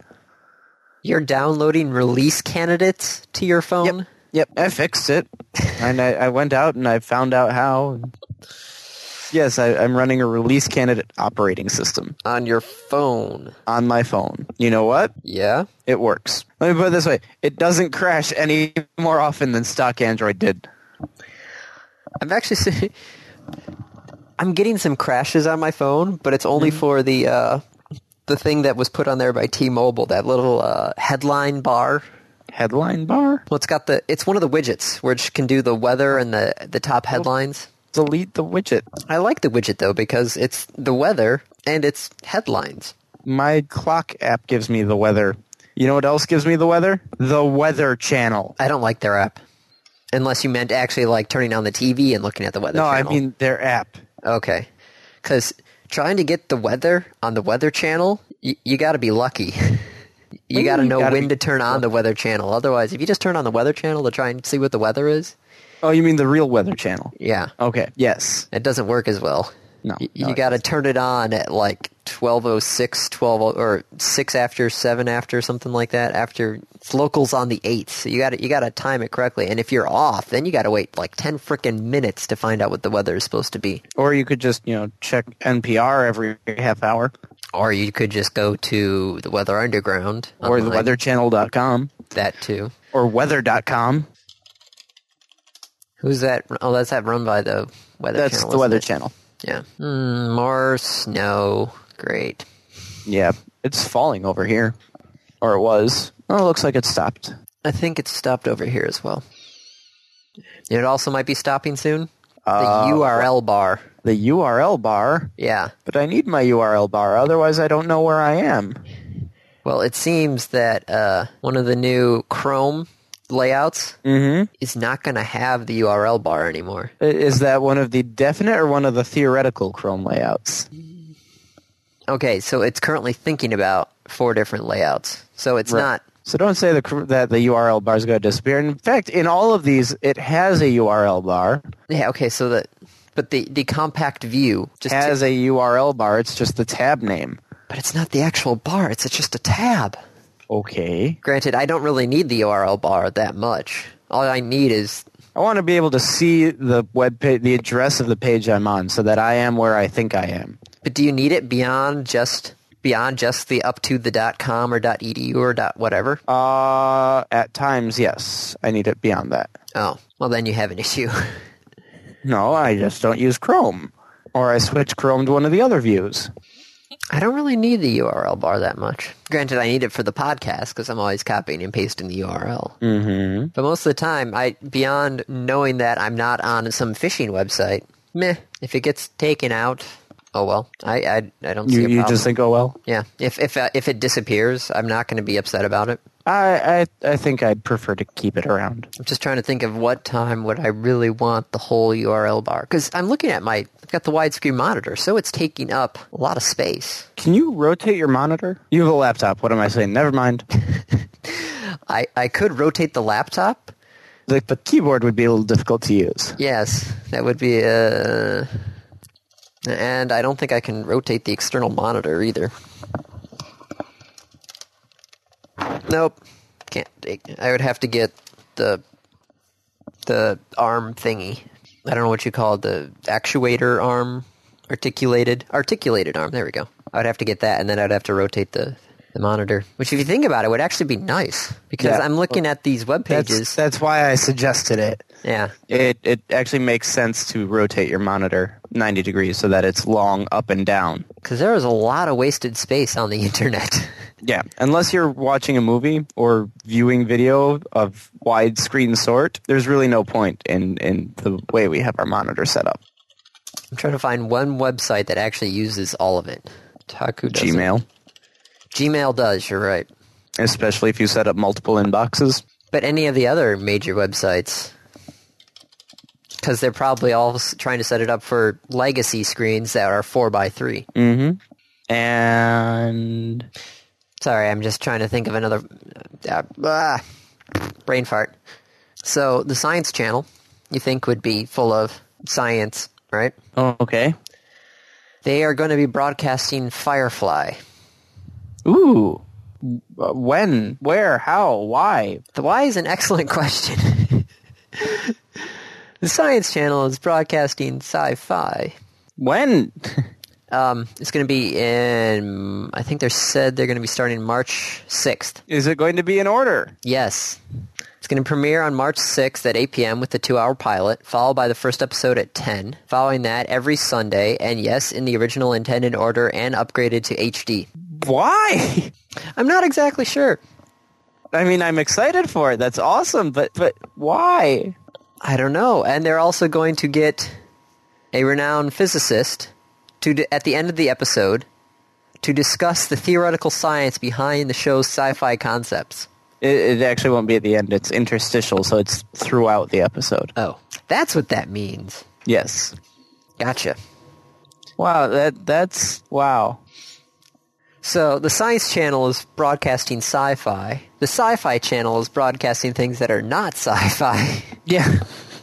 Speaker 1: You're downloading release candidates to your phone?
Speaker 2: Yep, yep I fixed it. and I, I went out and I found out how. Yes, I, I'm running a release candidate operating system
Speaker 1: On your phone.
Speaker 2: on my phone. You know what?
Speaker 1: Yeah?
Speaker 2: It works. Let me put it this way it doesn't crash any more often than stock Android did.
Speaker 1: I'm actually <laughs> see- I'm getting some crashes on my phone, but it's only for the uh, the thing that was put on there by T-Mobile, that little uh, headline bar.
Speaker 2: Headline bar?
Speaker 1: Well, it's got the it's one of the widgets which can do the weather and the the top headlines.
Speaker 2: Delete the widget.
Speaker 1: I like the widget though because it's the weather and it's headlines.
Speaker 2: My clock app gives me the weather. You know what else gives me the weather? The Weather Channel.
Speaker 1: I don't like their app. Unless you meant actually like turning on the TV and looking at the weather
Speaker 2: No, I
Speaker 1: channel.
Speaker 2: mean their app.
Speaker 1: Okay. Because trying to get the weather on the Weather Channel, y- you got to be lucky. <laughs> you
Speaker 2: you
Speaker 1: got to know
Speaker 2: gotta
Speaker 1: when
Speaker 2: be
Speaker 1: to turn on the Weather Channel. Otherwise, if you just turn on the Weather Channel to try and see what the weather is,
Speaker 2: Oh, you mean the real Weather Channel?
Speaker 1: yeah,
Speaker 2: Okay. Yes.
Speaker 1: it doesn't work as well.
Speaker 2: No,
Speaker 1: Y-
Speaker 2: no,
Speaker 1: you
Speaker 2: it
Speaker 1: got to turn it on at like 1206, 12 or 6 after 7 after something like that after it's locals on the 8th. So you got to you got to time it correctly. And if you're off, then you got to wait like 10 freaking minutes to find out what the weather is supposed to be.
Speaker 2: Or you could just, you know, check NPR every half hour
Speaker 1: Or you could just go to the Weather Underground
Speaker 2: or the
Speaker 1: online,
Speaker 2: weatherchannel.com
Speaker 1: That too.
Speaker 2: or weather.com.
Speaker 1: Who's that? Oh, that's that run by the Weather
Speaker 2: That's
Speaker 1: Channel.
Speaker 2: the
Speaker 1: isn't
Speaker 2: Weather
Speaker 1: it?
Speaker 2: Channel.
Speaker 1: Yeah. Mm, more snow. Great.
Speaker 2: Yeah. It's falling over here. Or it was. Oh, it looks like it stopped.
Speaker 1: I think it's stopped over here as well. It also might be stopping soon. The
Speaker 2: Uh,
Speaker 1: URL bar.
Speaker 2: The URL bar,
Speaker 1: Yeah.
Speaker 2: but I need my URL bar, otherwise I don't know where I am.
Speaker 1: Well, it seems that uh, one of the new Chrome layouts
Speaker 2: Mm-hmm.
Speaker 1: is not going to have the URL bar anymore.
Speaker 2: Is that one of the definite or one of the theoretical Chrome layouts?
Speaker 1: Okay, so it's currently thinking about four different layouts. So it's not
Speaker 2: So don't say the, cr- that the URL bar is going to disappear. In fact, in all of these, it has a URL bar,
Speaker 1: Yeah, okay, so the but the the compact view just
Speaker 2: has a URL bar. It's just the tab name.
Speaker 1: but it's not the actual bar, it's just a tab.
Speaker 2: Okay.
Speaker 1: Granted, I don't really need the URL bar that much. All I need is
Speaker 2: I want to be able to see the web page, the address of the page I'm on, so that I am where I think I am.
Speaker 1: but do you need it beyond just beyond just the up to the dot com or dot edu or dot whatever?
Speaker 2: Uh, at times, yes, I need it beyond that.
Speaker 1: Oh, well then you have an issue. <laughs>
Speaker 2: No, I just don't use Chrome. Or I switch Chrome to one of the other views.
Speaker 1: I don't really need the URL bar that much. Granted, I need it for the podcast because I'm always copying and pasting the URL.
Speaker 2: Mm-hmm.
Speaker 1: But most of the time, I beyond knowing that I'm not on some phishing website, meh. If it gets taken out, oh well. I I, I don't see
Speaker 2: You,
Speaker 1: a
Speaker 2: you
Speaker 1: problem.
Speaker 2: just think, oh well.
Speaker 1: yeah. If if uh, if it disappears, I'm not going to be upset about it.
Speaker 2: I, I I think I'd prefer to keep it around.
Speaker 1: I'm just trying to think of what time would I really want the whole URL bar because I'm looking at my I've got the widescreen monitor, so it's taking up a lot of space.
Speaker 2: Can you rotate your monitor? You have a laptop. What am I saying? Never <laughs> mind.
Speaker 1: I I could rotate the laptop.
Speaker 2: The, the keyboard would be a little difficult to use.
Speaker 1: Yes, that would be uh And I don't think I can rotate the external monitor either. Nope, can't. Take, I would have to get the the arm thingy. I don't know what you call it, the actuator arm, articulated articulated arm. There we go. I would have to get that, and then I'd have to rotate the the monitor. Which, if you think about it, would actually be nice because
Speaker 2: Yeah.
Speaker 1: I'm looking at these web
Speaker 2: That's
Speaker 1: pages.
Speaker 2: that's why I suggested it.
Speaker 1: yeah,
Speaker 2: It it actually makes sense to rotate your monitor 90 degrees so that it's long up and down.
Speaker 1: Because there is a lot of wasted space on the <laughs> internet.
Speaker 2: Yeah, unless you're watching a movie or viewing video of widescreen sort, there's really no point in, in the way we have our monitor set up.
Speaker 1: I'm trying to find one website that actually uses all of it. Taku does
Speaker 2: Gmail,
Speaker 1: Gmail does. You're right.
Speaker 2: especially if you set up multiple inboxes.
Speaker 1: But any of the other major websites, because they're probably all s- trying to set it up for legacy screens that are four by three.
Speaker 2: Mm-hmm. And
Speaker 1: Sorry, I'm just trying to think of another uh, ah, brain fart. So the Science Channel, you think would be full of science, right?
Speaker 2: oh, okay.
Speaker 1: They are going to be broadcasting Firefly.
Speaker 2: Ooh. Uh, When? Where? How? Why?
Speaker 1: The why is an excellent <laughs> question. the Science Channel is broadcasting sci-fi.
Speaker 2: When? <laughs>
Speaker 1: Um, it's going to be in. I think they said they're going to be starting March sixth.
Speaker 2: Is it going to be in order?
Speaker 1: Yes. It's going to premiere on March 6th at 8 p.m. with the two hour pilot, followed by the first episode at 10. Following that, every Sunday, and yes, in the original intended order and upgraded to HD.
Speaker 2: Why? <laughs>
Speaker 1: I'm not exactly sure.
Speaker 2: I mean, I'm excited for it. That's awesome, but but why?
Speaker 1: I don't know. And they're also going to get a renowned physicist to d at the end of the episode to discuss the theoretical science behind the show's sci-fi concepts.
Speaker 2: It, it actually won't be at the end. It's interstitial, so it's throughout the episode.
Speaker 1: Oh, that's what that means.
Speaker 2: Yes.
Speaker 1: Gotcha.
Speaker 2: Wow. That that's wow.
Speaker 1: So the Science Channel is broadcasting sci-fi. The Sci-Fi Channel is broadcasting things that are not <laughs> sci-fi.
Speaker 2: Yeah. <laughs>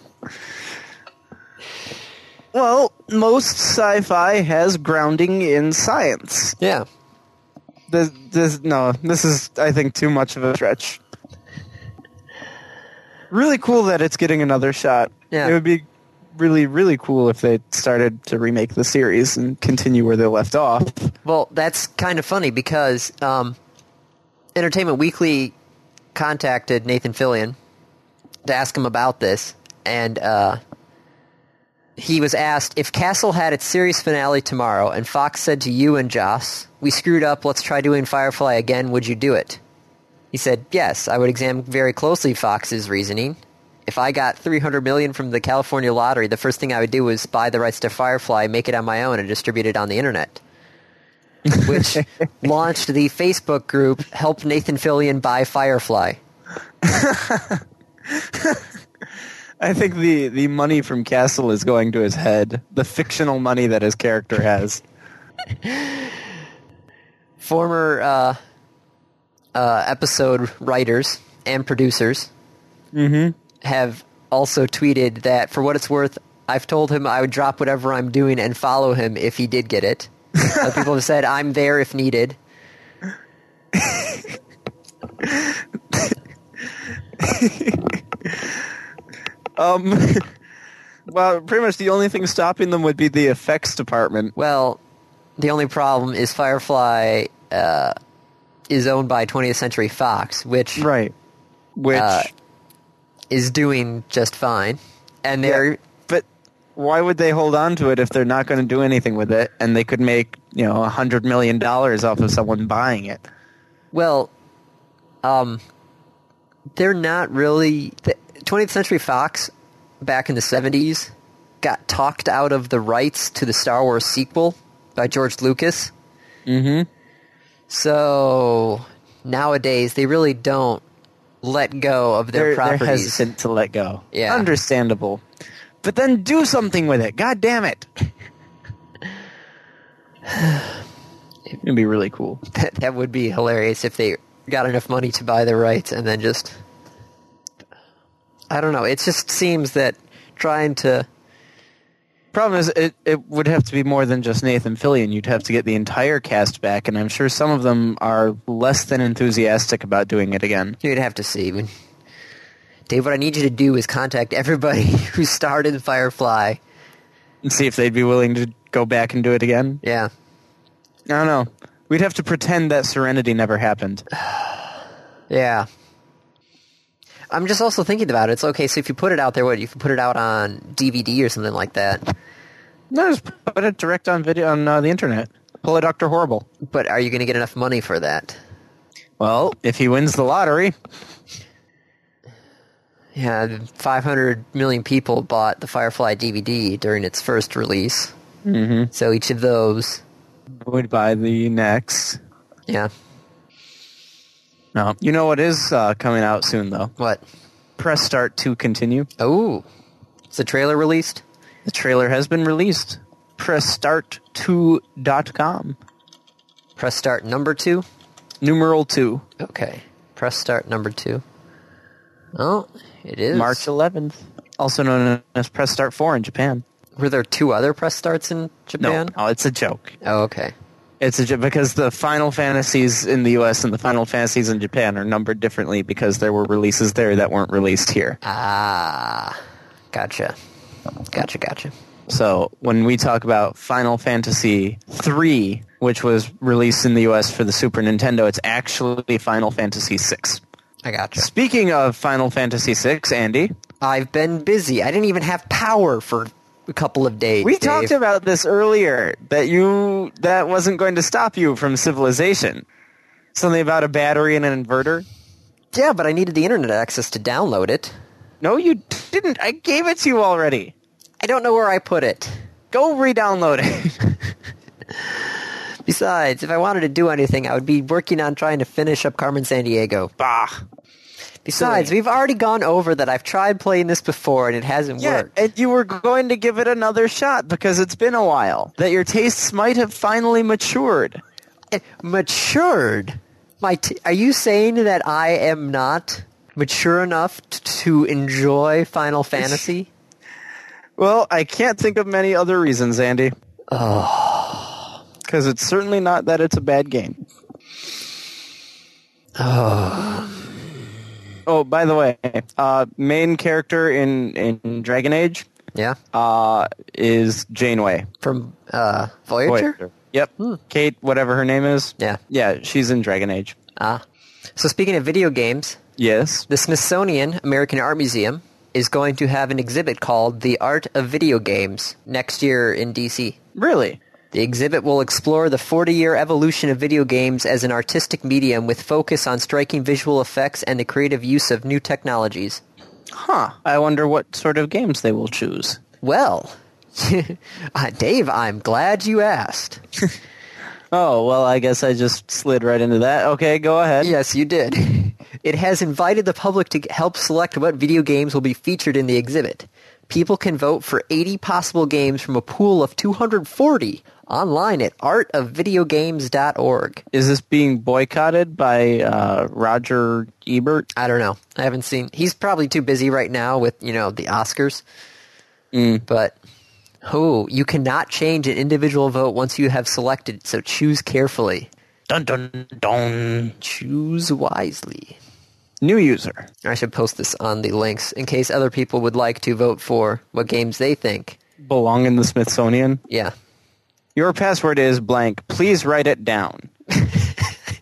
Speaker 2: Well, most sci-fi has grounding in science.
Speaker 1: yeah.
Speaker 2: This, this no, this is I think too much of a stretch. Really cool that it's getting another shot.
Speaker 1: Yeah.
Speaker 2: It would be really really cool if they started to remake the series and continue where they left off.
Speaker 1: Well, that's kind of funny because um, Entertainment Weekly contacted Nathan Fillion to ask him about this, and uh, he was asked if Castle had its series finale tomorrow, and Fox said to you and Joss, "We screwed up. Let's try doing Firefly again. Would you do it?" He said, "Yes, I would examine very closely Fox's reasoning." If I got 300 million from the California lottery, the first thing I would do is buy the rights to Firefly, make it on my own, and distribute it on the internet
Speaker 2: <laughs>
Speaker 1: which launched the Facebook group Help Nathan Fillion Buy Firefly.
Speaker 2: I think the the money from Castle is going to his head. The fictional money that his character has.
Speaker 1: Former uh, uh, episode writers and producers
Speaker 2: Mm-hmm.
Speaker 1: have also tweeted that, for what it's worth, I've told him I would drop whatever I'm doing and follow him if he did get it. Other people have said, I'm there if needed.
Speaker 2: Um, well, pretty much the only thing stopping them would be the effects department.
Speaker 1: Well, the only problem is Firefly uh, is owned by 20th Century Fox, which.
Speaker 2: Right. Which,
Speaker 1: Uh, is doing just fine, and they're
Speaker 2: yeah, but why would they hold on to it if they're not going to do anything with it and they could make, you know, a $100 million off of someone buying it?
Speaker 1: well, um, they're not really. The 20th Century Fox back in the 70s got talked out of the rights to the Star Wars sequel by George Lucas. Mm-hmm. So nowadays they really don't let go of their
Speaker 2: They're, they're
Speaker 1: properties.
Speaker 2: hesitant to let go.
Speaker 1: Yeah.
Speaker 2: Understandable. But then do something with it. God damn it. <sighs> It'd be really cool.
Speaker 1: <laughs> that, that would be hilarious if they got enough money to buy the rights and then just I don't know. It just seems that trying to
Speaker 2: Problem is, it, it would have to be more than just Nathan Fillion. You'd have to get the entire cast back, and I'm sure some of them are less than enthusiastic about doing it again.
Speaker 1: you'd have to see. When, Dave, what I need you to do is contact everybody <laughs> who starred in Firefly.
Speaker 2: And see if they'd be willing to go back and do it again.
Speaker 1: Yeah,
Speaker 2: I don't know. We'd have to pretend that Serenity never happened.
Speaker 1: yeah. I'm just also thinking about it. It's okay. So if you put it out there, what you can put it out on DVD or something like that.
Speaker 2: No, just put it direct on video on uh, the internet. Pull a Doctor Horrible.
Speaker 1: But are you going to get enough money for that?
Speaker 2: Well, if he wins the lottery,
Speaker 1: Yeah, 500 million people bought the Firefly DVD during its first release. Mm-hmm. So each of those,
Speaker 2: we'd buy the next.
Speaker 1: yeah.
Speaker 2: No, you know what is uh, coming out soon though.
Speaker 1: What?
Speaker 2: Press start to continue.
Speaker 1: Oh, is the trailer released?
Speaker 2: The trailer has been released. PressStart2.com.
Speaker 1: Press start number two.
Speaker 2: Numeral two,
Speaker 1: Okay. Press start number two. Oh, it is.
Speaker 2: March 11th, also known as Press Start 4 in Japan.
Speaker 1: Were there two other press starts in
Speaker 2: No,
Speaker 1: Japan?
Speaker 2: no, it's a joke.
Speaker 1: Oh, okay.
Speaker 2: It's a joke because the Final Fantasies in the U.S. and the Final Fantasies in Japan are numbered differently because there were releases there that weren't released here.
Speaker 1: Ah, gotcha. Gotcha, gotcha.
Speaker 2: So when we talk about Final Fantasy III, which was released in the U.S. for the Super Nintendo, it's actually Final Fantasy VI.
Speaker 1: I gotcha.
Speaker 2: Speaking of Final Fantasy VI, Andy,
Speaker 1: I've been busy. I didn't even have power for a couple of days.
Speaker 2: we
Speaker 1: Dave.
Speaker 2: talked about this earlier that you that wasn't going to stop you from civilization. Something about a battery and an inverter.
Speaker 1: Yeah, but I needed the internet access to download it.
Speaker 2: No, you didn't. I gave it to you already.
Speaker 1: I don't know where I put it.
Speaker 2: Go re-download it.
Speaker 1: Besides, if I wanted to do anything, I would be working on trying to finish up Carmen San Diego.
Speaker 2: bah.
Speaker 1: Besides, we've already gone over that I've tried playing this before and it hasn't
Speaker 2: Yeah,
Speaker 1: worked.
Speaker 2: and you were going to give it another shot because it's been a while. That your tastes might have finally matured.
Speaker 1: It matured. My t- are you saying that I am not mature enough t- to enjoy Final Fantasy?
Speaker 2: Well, I can't think of many other reasons, Andy. Because it's certainly not that it's a bad game. Oh, by the way, uh, main character in, in Dragon Age
Speaker 1: yeah,
Speaker 2: uh, is Janeway.
Speaker 1: from uh, Voyager.
Speaker 2: Yep. Kate, whatever her name is.
Speaker 1: Yeah.
Speaker 2: Yeah, she's in Dragon Age.
Speaker 1: Ah. So speaking of video games,
Speaker 2: Yes.
Speaker 1: the Smithsonian American Art Museum is going to have an exhibit called The Art of Video Games next year in DC.
Speaker 2: Really?
Speaker 1: The exhibit will explore the 40-year evolution of video games as an artistic medium with focus on striking visual effects and the creative use of new technologies.
Speaker 2: Huh. I wonder what sort of games they will choose.
Speaker 1: Well, <laughs> uh, Dave, I'm glad you asked.
Speaker 2: Oh, well, I guess I just slid right into that. Okay, go ahead.
Speaker 1: Yes, you did. It has invited the public to help select what video games will be featured in the exhibit. People can vote for 80 possible games from a pool of 240 online at artofvideogames.org.
Speaker 2: Is this being boycotted by uh, Roger Ebert?
Speaker 1: I don't know. I haven't seen. He's probably too busy right now with, you know, the Oscars. But, oh, you cannot change an individual vote once you have selected, so choose carefully.
Speaker 2: Dun dun dun.
Speaker 1: Choose wisely.
Speaker 2: New user.
Speaker 1: I should post this on the links in case other people would like to vote for what games they think.
Speaker 2: Belong in the Smithsonian.
Speaker 1: Yeah.
Speaker 2: Your password is blank. Please write it down. <laughs> that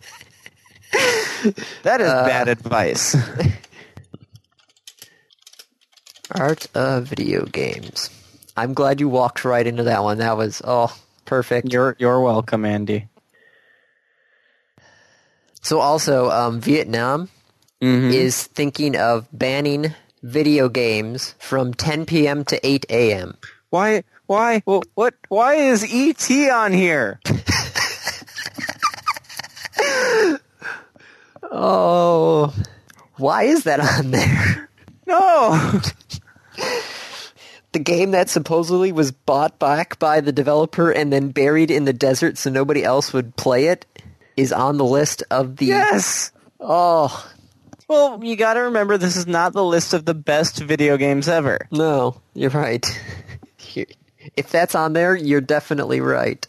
Speaker 2: is bad advice.
Speaker 1: Art of video games. I'm glad you walked right into that one. That was, oh, perfect.
Speaker 2: <laughs> You're you're welcome, Andy.
Speaker 1: So also, um, Vietnam is thinking of banning video games from 10 p.m. to 8 a.m.
Speaker 2: Why? Why? wh- What? Why is ET on <laughs> here?
Speaker 1: Oh, why is that on there?
Speaker 2: No.
Speaker 1: The game that supposedly was bought back by the developer and then buried in the desert so nobody else would play it is on the list of the.
Speaker 2: Yes.
Speaker 1: Oh,
Speaker 2: Well, you got to remember this is not the list of the best video games ever.
Speaker 1: no, you're right. if that's on there, you're definitely right.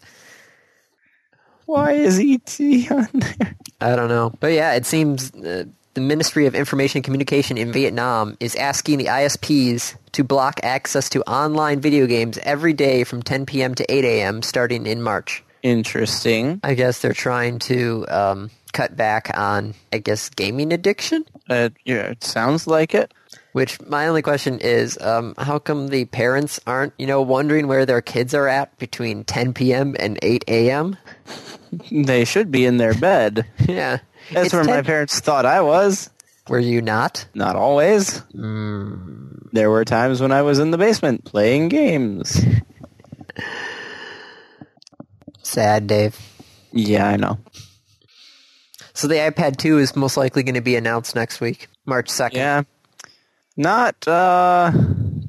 Speaker 2: Why is ET on there?
Speaker 1: I don't know. But yeah, it seems uh, the Ministry of Information and Communication in Vietnam is asking the ISPs to block access to online video games every day from 10 p.m. to 8 a.m. starting in March.
Speaker 2: Interesting.
Speaker 1: I guess they're trying to um, cut back on, I guess, gaming addiction?
Speaker 2: Uh, yeah, it sounds like it.
Speaker 1: Which my only question is, um, how come the parents aren't, you know, wondering where their kids are at between 10 p.m. and 8 a.m.?
Speaker 2: They should be in their bed.
Speaker 1: <laughs> yeah.
Speaker 2: That's
Speaker 1: It's
Speaker 2: where my
Speaker 1: 10
Speaker 2: parents thought I was.
Speaker 1: Were you not?
Speaker 2: Not always. Hmm. There were times when I was in the basement playing games.
Speaker 1: Sad, Dave.
Speaker 2: yeah, I know.
Speaker 1: So the iPad 2 is most likely going to be announced next week, March 2nd.
Speaker 2: Yeah. Not uh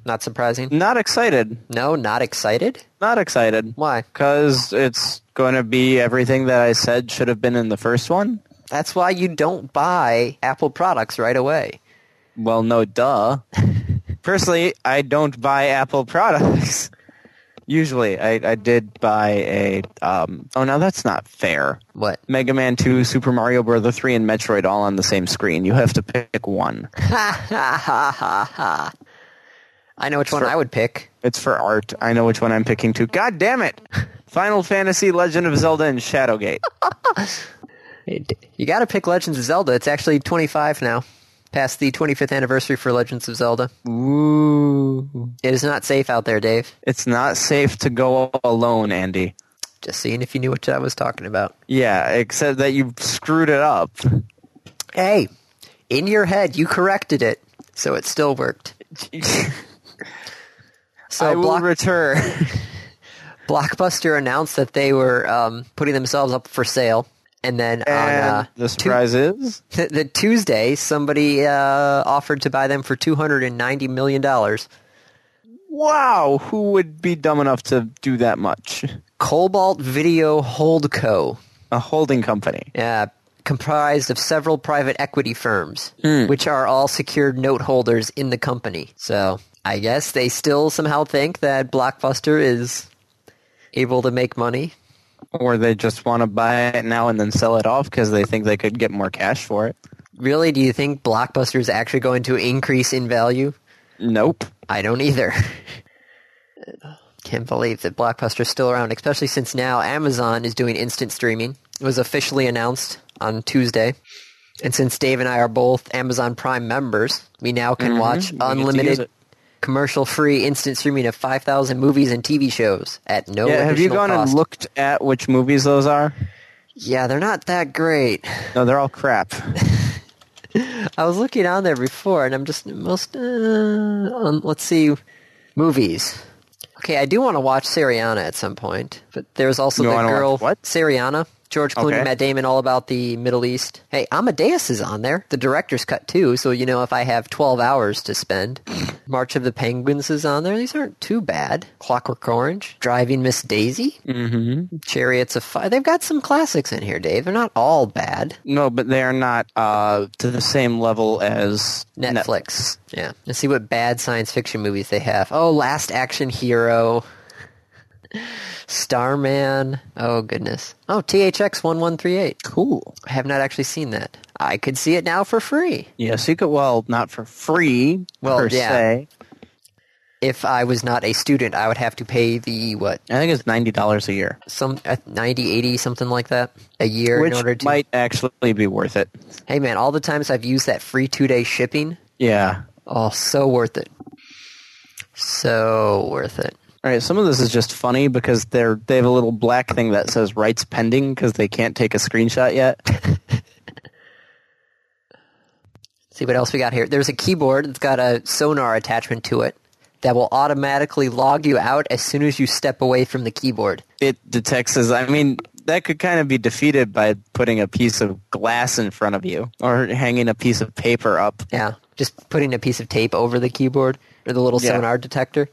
Speaker 1: Not surprising.
Speaker 2: Not excited.
Speaker 1: No, not excited.
Speaker 2: Not excited.
Speaker 1: Why?
Speaker 2: Because it's going to be everything that I said should have been in the first one.
Speaker 1: That's why you don't buy Apple products right away.
Speaker 2: Well, no, duh. Personally, I don't buy Apple products. <laughs> Usually, I, I did buy a. Um, oh, now that's not fair.
Speaker 1: What?
Speaker 2: Mega Man 2, Super Mario Bros. 3, and Metroid all on the same screen. You have to pick one.
Speaker 1: I know which one I would pick.
Speaker 2: It's for art. I know which one I'm picking too. God damn it! Final Fantasy, Legend of Zelda, and Shadowgate.
Speaker 1: It- You got to pick Legends of Zelda. It's actually 25 now, past the 25th anniversary for Legends of Zelda.
Speaker 2: Ooh.
Speaker 1: It is not safe out there, Dave.
Speaker 2: It's not safe to go alone, Andy.
Speaker 1: Just seeing if you knew what I was talking about.
Speaker 2: Yeah, except that you screwed it up.
Speaker 1: Hey, in your head, you corrected it, so it still
Speaker 2: <laughs>
Speaker 1: worked. So
Speaker 2: I will
Speaker 1: Block-
Speaker 2: return.
Speaker 1: Blockbuster announced that they were um, putting themselves up for sale, and then on
Speaker 2: and
Speaker 1: uh,
Speaker 2: Ah, the
Speaker 1: Tu-
Speaker 2: surprise is
Speaker 1: the, Tuesday, somebody uh, offered to buy them for two hundred and ninety million dollars.
Speaker 2: wow, who would be dumb enough to do that much?
Speaker 1: Cobalt Video Holdco,
Speaker 2: A holding company.
Speaker 1: uh, comprised of several private equity firms, which are all secured note holders in the company. So I guess they still somehow think that Blockbuster is able to make money.
Speaker 2: Or they just want to buy it now and then sell it off because they think they could get more cash for it.
Speaker 1: Really, do you think Blockbuster is actually going to increase in value?
Speaker 2: Nope.
Speaker 1: I don't either. <laughs> Can't believe that Blockbuster's still around, especially since now Amazon is doing instant streaming. It was officially announced on Tuesday. And since Dave and I are both Amazon Prime members, we now can watch
Speaker 2: Mm-hmm. get to use
Speaker 1: unlimited
Speaker 2: it.
Speaker 1: commercial free instant streaming of 5,000 movies and TV shows at no
Speaker 2: Yeah, have you
Speaker 1: additional
Speaker 2: gone
Speaker 1: cost.
Speaker 2: and looked at which movies those are?
Speaker 1: yeah, they're not that great.
Speaker 2: No, they're all crap.
Speaker 1: I was looking on there before, and I'm just most. Uh, um, let's see, movies. Okay, I do want to watch Seriana at some point, but there's also
Speaker 2: You
Speaker 1: the
Speaker 2: wanna
Speaker 1: girl
Speaker 2: watch what?
Speaker 1: Seriana, George Clooney,
Speaker 2: Okay.
Speaker 1: Matt Damon, all about the Middle East. Hey, Amadeus is on there, the director's cut too. So you know, if I have 12 hours to
Speaker 2: <sniffs>
Speaker 1: spend, March of the Penguins is on there. These aren't too bad. Clockwork Orange, Driving Miss Daisy, mm-hmm. Chariots of Fire. They've got some classics in here, Dave. They're not all bad.
Speaker 2: <laughs> No, but they are not uh, to the same level as
Speaker 1: Netflix. Yeah. Let's see what bad science fiction movies they have. Oh, Last Action Hero. Starman. Oh, goodness. Oh, THX 1138.
Speaker 2: Cool.
Speaker 1: I have not actually seen that. I could see it now for free
Speaker 2: Yes, you could. Well, not for free
Speaker 1: Well,
Speaker 2: per
Speaker 1: yeah.
Speaker 2: se.
Speaker 1: if I was not a student. I would have to pay the, what,
Speaker 2: I think it's ninety dollars a year,
Speaker 1: some uh, 90, 80, something like that a year
Speaker 2: which
Speaker 1: in order to.
Speaker 2: might actually be worth it.
Speaker 1: Hey, man, all the times I've used that free two day shipping,
Speaker 2: Yeah.
Speaker 1: oh, so worth it. So worth it.
Speaker 2: All right. Some of this is just funny because they're they have a little black thing that says rights pending because they can't take a screenshot yet.
Speaker 1: see what else we got here. There's a keyboard that's got a sonar attachment to it that will automatically log you out as soon as you step away from the keyboard.
Speaker 2: It detects as I mean that could kind of be defeated by putting a piece of glass in front of you or hanging a piece of paper up.
Speaker 1: Yeah, just putting a piece of tape over the keyboard or the little
Speaker 2: Yeah.
Speaker 1: sonar detector.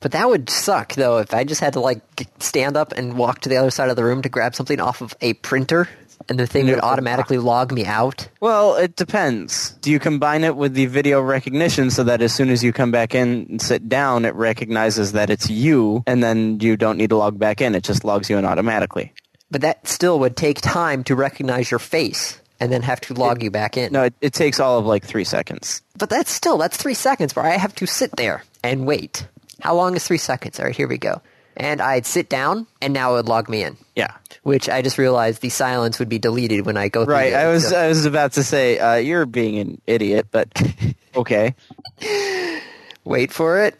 Speaker 1: But that would suck though if I just had to like g- stand up and walk to the other side of the room to grab something off of a printer and the thing would automatically log me out.
Speaker 2: Well, it depends. Do you combine it with the video recognition so that as soon as you come back in and sit down, it recognizes that it's you, and then you don't need to log back in. It just logs you in automatically.
Speaker 1: But that still would take time to recognize your face and then have to log you back in.
Speaker 2: No, it, it takes all of like three seconds.
Speaker 1: But that's still that's three seconds where I have to sit there and wait. How long is three seconds? All right, here we go. And I'd sit down, and now it would log me in.
Speaker 2: Yeah.
Speaker 1: Which I just realized the silence would be deleted when I go. through
Speaker 2: Right.
Speaker 1: the-
Speaker 2: I was uh,
Speaker 1: so-
Speaker 2: I was about to say uh, you're being an idiot, but <laughs> okay.
Speaker 1: wait for it.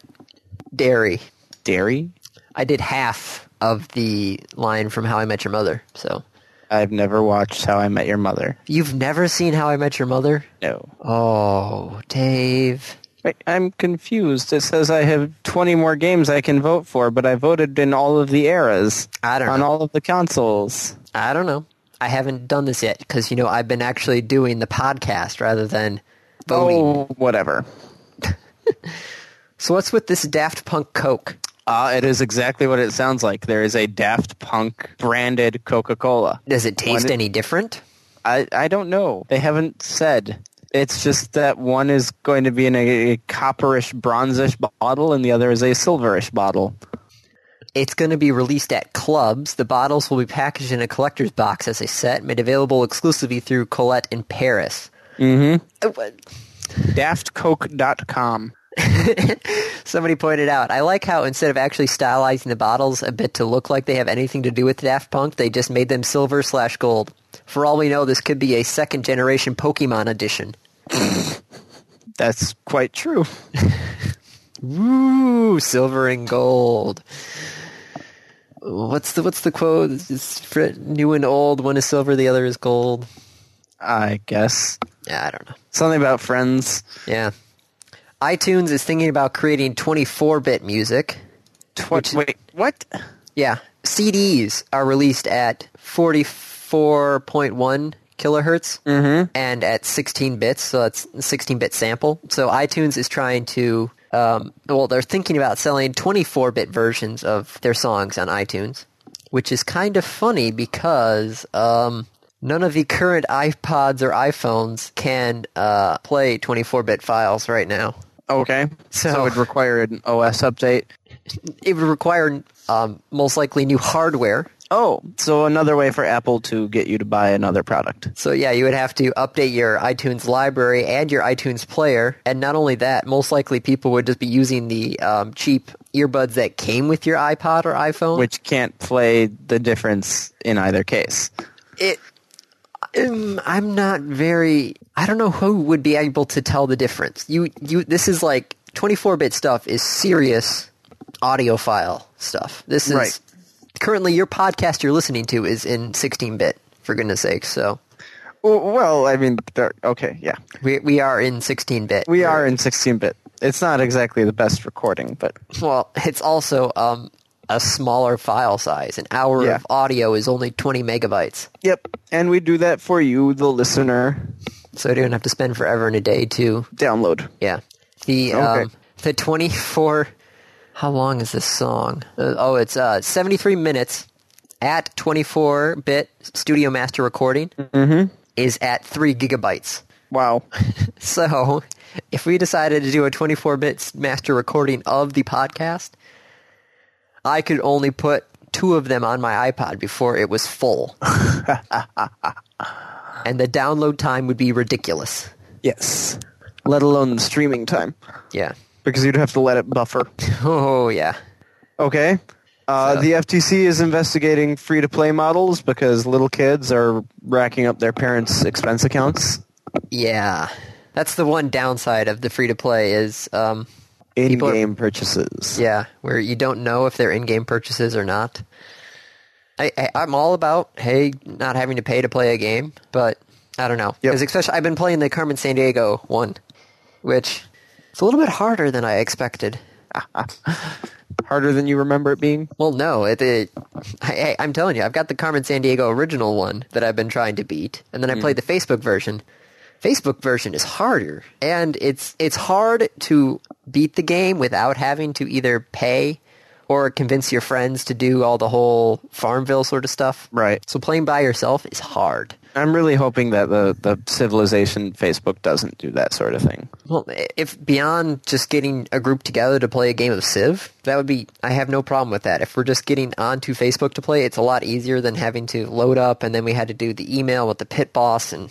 Speaker 1: Dairy.
Speaker 2: Dairy.
Speaker 1: I did half of the line from How I Met Your Mother. So
Speaker 2: I've never watched How I Met Your Mother.
Speaker 1: you've never seen How I Met Your Mother?
Speaker 2: No.
Speaker 1: Oh, Dave.
Speaker 2: Wait, I'm confused. It says I have 20 more games I can vote for, but I voted in all of the eras.
Speaker 1: I don't
Speaker 2: on
Speaker 1: know.
Speaker 2: all of the consoles.
Speaker 1: I don't know. I haven't done this yet because you know I've been actually doing the podcast rather than voting.
Speaker 2: Oh, whatever.
Speaker 1: So what's with this Daft Punk Coke?
Speaker 2: Uh, it is exactly what it sounds like. There is a Daft Punk branded Coca Cola.
Speaker 1: Does it taste
Speaker 2: One-
Speaker 1: any different?
Speaker 2: I, I don't know. They haven't said. It's just that one is going to be in a, a copperish, bronzish bottle, and the other is a silverish bottle.
Speaker 1: It's going to be released at clubs. The bottles will be packaged in a collector's box as a set, made available exclusively through Colette in Paris. Mm-hmm.
Speaker 2: DaftCoke.com.
Speaker 1: Somebody pointed out, I like how instead of actually stylizing the bottles a bit to look like they have anything to do with Daft Punk, they just made them silver slash gold. For all we know, this could be a second generation Pokemon edition.
Speaker 2: That's quite true.
Speaker 1: Ooh, silver and gold. What's the what's the quote? It's fr- new and old. One is silver, the other is gold.
Speaker 2: I guess.
Speaker 1: Yeah, I don't know.
Speaker 2: Something about friends.
Speaker 1: Yeah, iTunes is thinking about creating 24-bit music.
Speaker 2: Tw- wait, what?
Speaker 1: Yeah, CDs are released at 44.1 kilohertz and at 16 bits, so that's 16-bit sample. So iTunes is trying to, um, well, they're thinking about selling 24-bit versions of their songs on iTunes, which is kind of funny because um, none of the current iPods or iPhones can uh, play 24-bit files right now.
Speaker 2: Okay. So,
Speaker 1: So-
Speaker 2: it would require an OS update.
Speaker 1: It would require um, most likely new hardware
Speaker 2: Oh, so another way for Apple to get you to buy another product.
Speaker 1: So yeah, you would have to update your iTunes library and your iTunes player, and not only that, most likely people would just be using the um, cheap earbuds that came with your iPod or iPhone.
Speaker 2: which can't play the difference in either case.
Speaker 1: it, um, I'm not very. I don't know who would be able to tell the difference. You, you. This is like 24-bit stuff is serious audiophile stuff. This is
Speaker 2: Right.
Speaker 1: currently your podcast you're listening to is in 16-bit. For goodness' sake, so.
Speaker 2: Well, I mean, they're- okay, yeah,
Speaker 1: We, we are in 16-bit.
Speaker 2: we are in 16-bit. It's not exactly the best recording, but
Speaker 1: Well, it's also um, a smaller file size. An hour
Speaker 2: Yeah.
Speaker 1: of audio is only 20 megabytes.
Speaker 2: yep. And we do that for you, the listener.
Speaker 1: So you don't have to spend forever and a day to.
Speaker 2: Download.
Speaker 1: Yeah. The,
Speaker 2: Okay.
Speaker 1: um, the 24. How long is this song? Uh, oh, it's uh, 73 minutes at 24 bit Studio Master recording
Speaker 2: Mm-hmm.
Speaker 1: is at 3 gigabytes. <laughs>
Speaker 2: Wow.
Speaker 1: So, if we decided to do a 24 bit master recording of the podcast, I could only put two of them on my iPod before it was full. and the download time would be ridiculous.
Speaker 2: Yes. Let alone the streaming time,
Speaker 1: Yeah.
Speaker 2: because you'd have to let it buffer.
Speaker 1: Oh, yeah.
Speaker 2: Okay. Uh,
Speaker 1: So-
Speaker 2: The FTC is investigating free-to-play models because little kids are racking up their parents' expense accounts.
Speaker 1: Yeah. That's the one downside of the free to play is, um, People are-
Speaker 2: In-game purchases.
Speaker 1: yeah, where you don't know if they're in game purchases or not. I, I, I'm all about, hey, not having to pay to play a game, but I don't know.
Speaker 2: Yep.
Speaker 1: Because especially, I've been playing the Carmen San Diego one, which it's a little bit harder than I expected.
Speaker 2: Harder than you remember it being.
Speaker 1: Well, no, it, it, I, I, I'm telling you, I've got the Carmen San Diego original one that I've been trying to beat, and then I played the Facebook version. Facebook version is harder, and it's it's hard to beat the game without having to either pay or convince your friends to do all the whole Farmville sort of stuff.
Speaker 2: Right.
Speaker 1: So playing by yourself is hard.
Speaker 2: I'm really hoping that the, the civilization Facebook doesn't do that sort of thing.
Speaker 1: Well, if beyond just getting a group together to play a game of Civ, that would be. I have no problem with that. If we're just getting onto Facebook to play, it's a lot easier than having to load up and then we had to do the email with the pit boss, and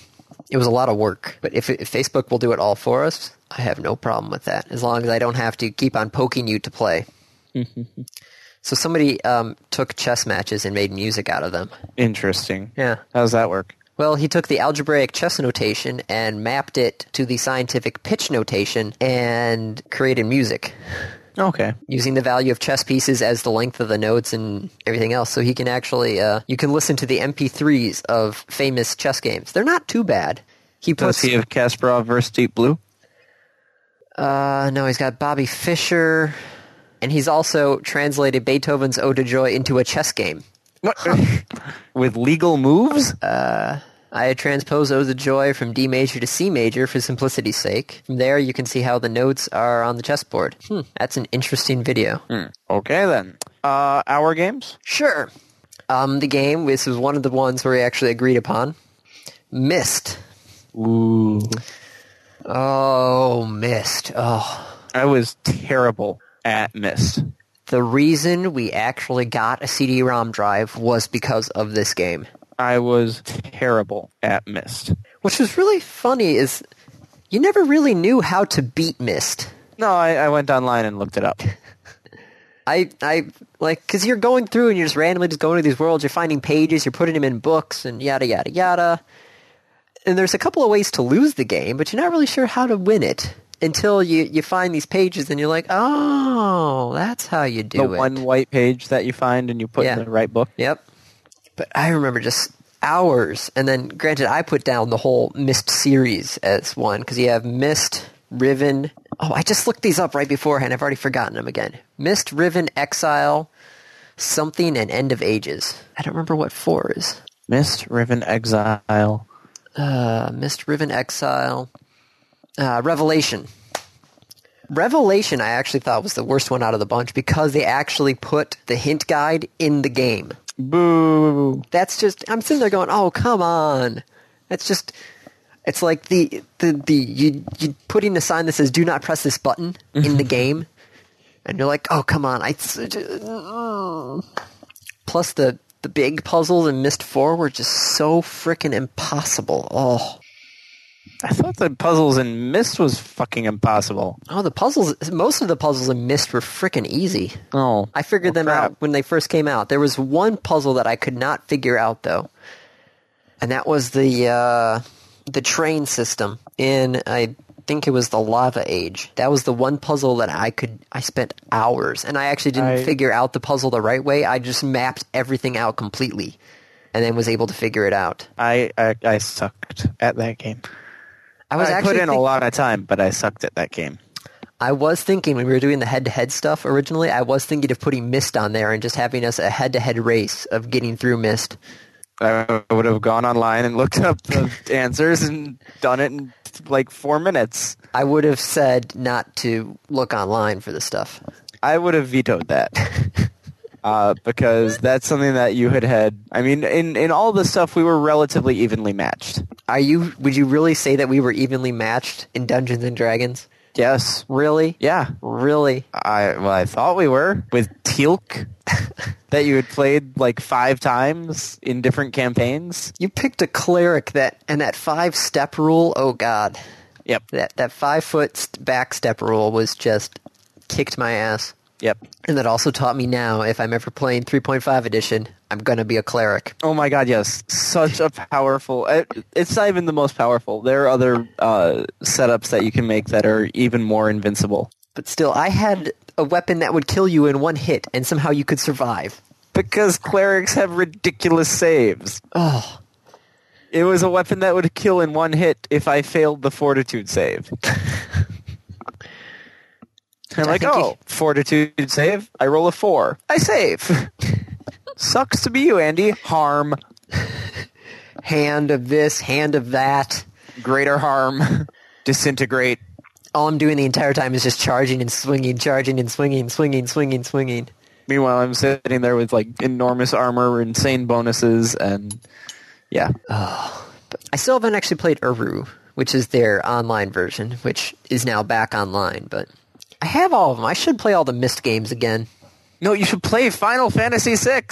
Speaker 1: it was a lot of work. But if, if Facebook will do it all for us, I have no problem with that, as long as I don't have to keep on poking you to play. so somebody um, took chess matches and made music out of them.
Speaker 2: Interesting.
Speaker 1: Yeah.
Speaker 2: How does that work?
Speaker 1: Well, he took the algebraic chess notation and mapped it to the scientific pitch notation and created music
Speaker 2: Okay.
Speaker 1: using the value of chess pieces as the length of the notes and everything else. So he can actually, uh, you can listen to the MP3s of famous chess games. They're not too bad. He
Speaker 2: Does
Speaker 1: puts,
Speaker 2: he have Kasparov versus
Speaker 1: <laughs>
Speaker 2: Deep Blue?
Speaker 1: uh, no, he's got Bobby Fischer, and he's also translated Beethoven's Ode to Joy into a chess game.
Speaker 2: What? With legal moves?
Speaker 1: I transpose Odes of Joy from D major to C major for simplicity's sake. From there, you can see how the notes are on the chessboard. Hmm, that's an interesting video.
Speaker 2: Okay then. Uh, our games.
Speaker 1: Sure. Um, the game, this was one of the ones where we actually agreed upon. Mist.
Speaker 2: Ooh.
Speaker 1: Oh, Mist. Oh.
Speaker 2: I was terrible at Mist.
Speaker 1: The reason we actually got a CD-ROM drive was because of this game.
Speaker 2: I was terrible at Mist.
Speaker 1: Which was really funny is you never really knew how to beat Mist.
Speaker 2: No, I, I went online and looked
Speaker 1: <laughs>
Speaker 2: it up.
Speaker 1: I I like cuz you're going through and you're just randomly just going to these worlds, you're finding pages, you're putting them in books and yada yada yada. And there's a couple of ways to lose the game, but you're not really sure how to win it until you you find these pages and you're like, "Oh, that's how you do
Speaker 2: The
Speaker 1: it."
Speaker 2: one white page that you find and you put
Speaker 1: Yeah.
Speaker 2: in the right book.
Speaker 1: Yep. But I remember just hours, and then granted, I put down the whole Mist series as one because you have Mist, Riven. Oh, I just looked these up right beforehand. I've already forgotten them again. Mist, Riven, Exile, something, and End of Ages. I don't remember what four is.
Speaker 2: Mist, Riven, Exile.
Speaker 1: Uh, Mist, Riven, Exile, uh, Revelation. Revelation, I actually thought was the worst one out of the bunch because they actually put the hint guide in the game.
Speaker 2: Boo.
Speaker 1: that's just I'm sitting there going, "Oh, come on." That's just it's like the the the you you putting a sign that says "Do not press this button" in the game, and you're like, "Oh, come on!" I plus the the big puzzles in Mist Four were just so freaking impossible. Oh,
Speaker 2: I thought the puzzles in Mist was fucking impossible.
Speaker 1: oh, the puzzles. Most of the puzzles in Mist were freaking easy.
Speaker 2: Oh.
Speaker 1: I figured them
Speaker 2: crap.
Speaker 1: out when they first came out. There was one puzzle that I could not figure out though, and that was the uh, the train system in I think it was the lava age. That was the one puzzle that I could I spent hours, and I actually didn't
Speaker 2: I-
Speaker 1: figure out the puzzle the right way. I just mapped everything out completely, and then was able to figure it out.
Speaker 2: I, I, I sucked at that game.
Speaker 1: I
Speaker 2: I,
Speaker 1: was actually
Speaker 2: put in
Speaker 1: think-
Speaker 2: a lot of time, but I sucked at that game.
Speaker 1: I was thinking when we were doing the head-to-head stuff originally, I was thinking of putting Mist on there and just having us a head-to-head race of getting through Mist.
Speaker 2: I would have gone online and looked up <laughs> the answers and done it in like four minutes.
Speaker 1: I would have said not to look online for this stuff.
Speaker 2: I would have vetoed that. <laughs> Uh, because that's something that you had had. I mean, in, in all the stuff, we were relatively evenly matched.
Speaker 1: Are you? Would you really say that we were evenly matched in Dungeons and Dragons?
Speaker 2: Yes.
Speaker 1: Really?
Speaker 2: Yeah.
Speaker 1: Really?
Speaker 2: I well, I thought we were with <laughs> Teal'c that you had played like five times in different campaigns.
Speaker 1: You picked a cleric that and that five step rule. Oh God,
Speaker 2: Yep.
Speaker 1: that that five foot st- back step rule was just kicked my ass.
Speaker 2: Yep.
Speaker 1: And that also taught me now if I'm ever playing 3.5 edition, I'm gonna be a cleric.
Speaker 2: Oh my god, yes. Such a powerful. it- It's not even the most powerful. There are other uh, setups that you can make that are even more invincible.
Speaker 1: But still, I had a weapon that would kill you in one hit, and somehow you could survive.
Speaker 2: Because clerics have ridiculous saves.
Speaker 1: Oh,
Speaker 2: It was a weapon that would kill in one hit if I failed the
Speaker 1: <laughs>
Speaker 2: fortitude save. And I'm
Speaker 1: I
Speaker 2: like,
Speaker 1: think you-
Speaker 2: oh, fortitude save. I roll a four. I save. <laughs> Sucks to be you, Andy. Harm.
Speaker 1: hand of this, hand of that.
Speaker 2: Greater harm. <laughs> Disintegrate.
Speaker 1: all I'm doing the entire time is just charging and swinging, charging and swinging, swinging, swinging, swinging.
Speaker 2: Meanwhile, I'm sitting there with like enormous armor, insane bonuses, and yeah,
Speaker 1: I still haven't actually played Uru, which is their online version, which is now back online, but I have all of them. I should play all the Mist games again.
Speaker 2: no, you should play Final Fantasy VI.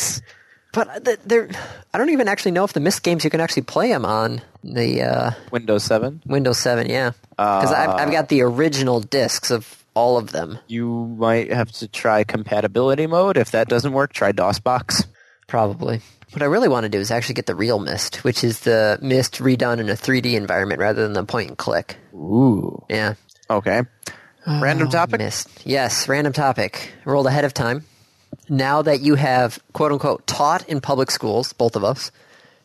Speaker 1: But uh, th- they're, I don't even actually know if the Mist games you can actually play them on the uh,
Speaker 2: Windows Seven.
Speaker 1: Windows 7, yeah. Because I've, I've got the original discs of all of them,
Speaker 2: You might have to try compatibility mode. If that doesn't work, try DOSBox.
Speaker 1: probably. What I really want to do is actually get the real Mist, which is the Mist redone in a 3D environment rather than the point and click.
Speaker 2: Ooh. Oh,
Speaker 1: Yeah.
Speaker 2: Okay. Random topic.
Speaker 1: Missed. Yes, random topic. Rolled ahead of time. Now that you have, quote unquote, taught in public schools, both of us,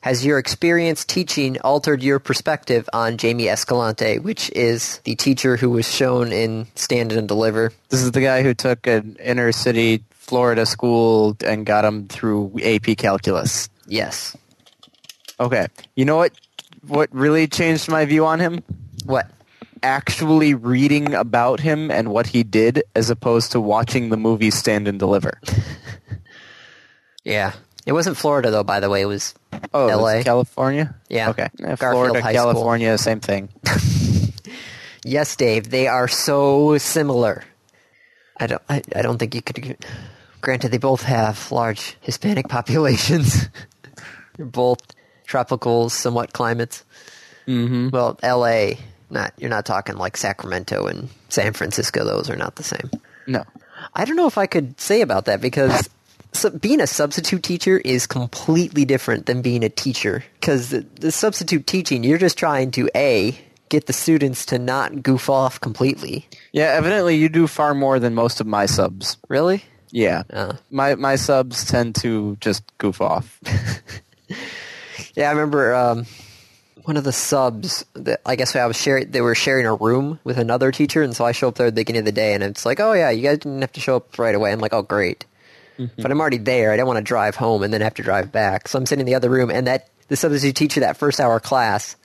Speaker 1: has your experience teaching altered your perspective on Jamie Escalante, which is the teacher who was shown in Stand and Deliver?
Speaker 2: This is the guy who took an inner city Florida school and got him through AP calculus.
Speaker 1: Yes.
Speaker 2: Okay. You know what? what really changed my view on him?
Speaker 1: What?
Speaker 2: Actually reading about him and what he did as opposed to watching the movie Stand and Deliver.
Speaker 1: Yeah. It wasn't Florida though, by the way. It was
Speaker 2: Oh, that's
Speaker 1: LA.
Speaker 2: California?
Speaker 1: Yeah.
Speaker 2: Okay. Eh,
Speaker 1: Garfield
Speaker 2: Florida,
Speaker 1: High School.
Speaker 2: California, same thing.
Speaker 1: Yes, Dave. They are so similar. I don't. I, I don't think you could. Granted, they both have large Hispanic <laughs> populations. They're both tropical, somewhat climates. Mm-hmm. Well, L.A. Not you're not talking like Sacramento and San Francisco. Those are not the same.
Speaker 2: No.
Speaker 1: I don't know if I could say about that because so being a substitute teacher is completely different than being a teacher. Because the, the substitute teaching, you're just trying to a get the students to not goof off completely.
Speaker 2: Yeah, evidently you do far more than most of my subs.
Speaker 1: Really?
Speaker 2: Yeah.
Speaker 1: Uh.
Speaker 2: My my subs tend to just goof off.
Speaker 1: Yeah, I remember um, one of the subs. That I guess I was sharing. They were sharing a room with another teacher, and so I show up there at the beginning of the day, and it's like, oh yeah, you guys didn't have to show up right away. I'm like, oh great, Mm-hmm. but I'm already there. I don't want to drive home and then have to drive back. So I'm sitting in the other room, and that the substitute teacher that first hour class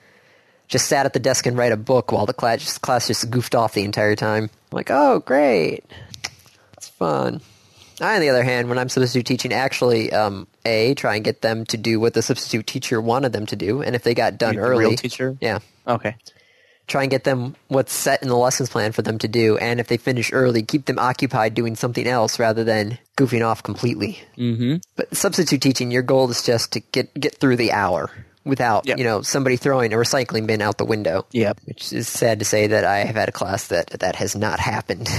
Speaker 1: just sat at the desk and read a book while the class just, class just goofed off the entire time. I'm like, oh great, it's fun. I, on the other hand, when I'm substitute teaching, actually, um, a try and get them to do what the substitute teacher wanted them to do, and if they got done
Speaker 2: You mean the
Speaker 1: early,
Speaker 2: real teacher?
Speaker 1: yeah,
Speaker 2: Okay.
Speaker 1: try and get them what's set in the lessons plan for them to do, and if they finish early, keep them occupied doing something else rather than goofing off completely.
Speaker 2: Mm-hmm.
Speaker 1: But substitute teaching, your goal is just to get get through the hour without
Speaker 2: Yep.
Speaker 1: you know somebody throwing a recycling bin out the window.
Speaker 2: Yep.
Speaker 1: Which is sad to say that I have had a class that that has not happened. <laughs>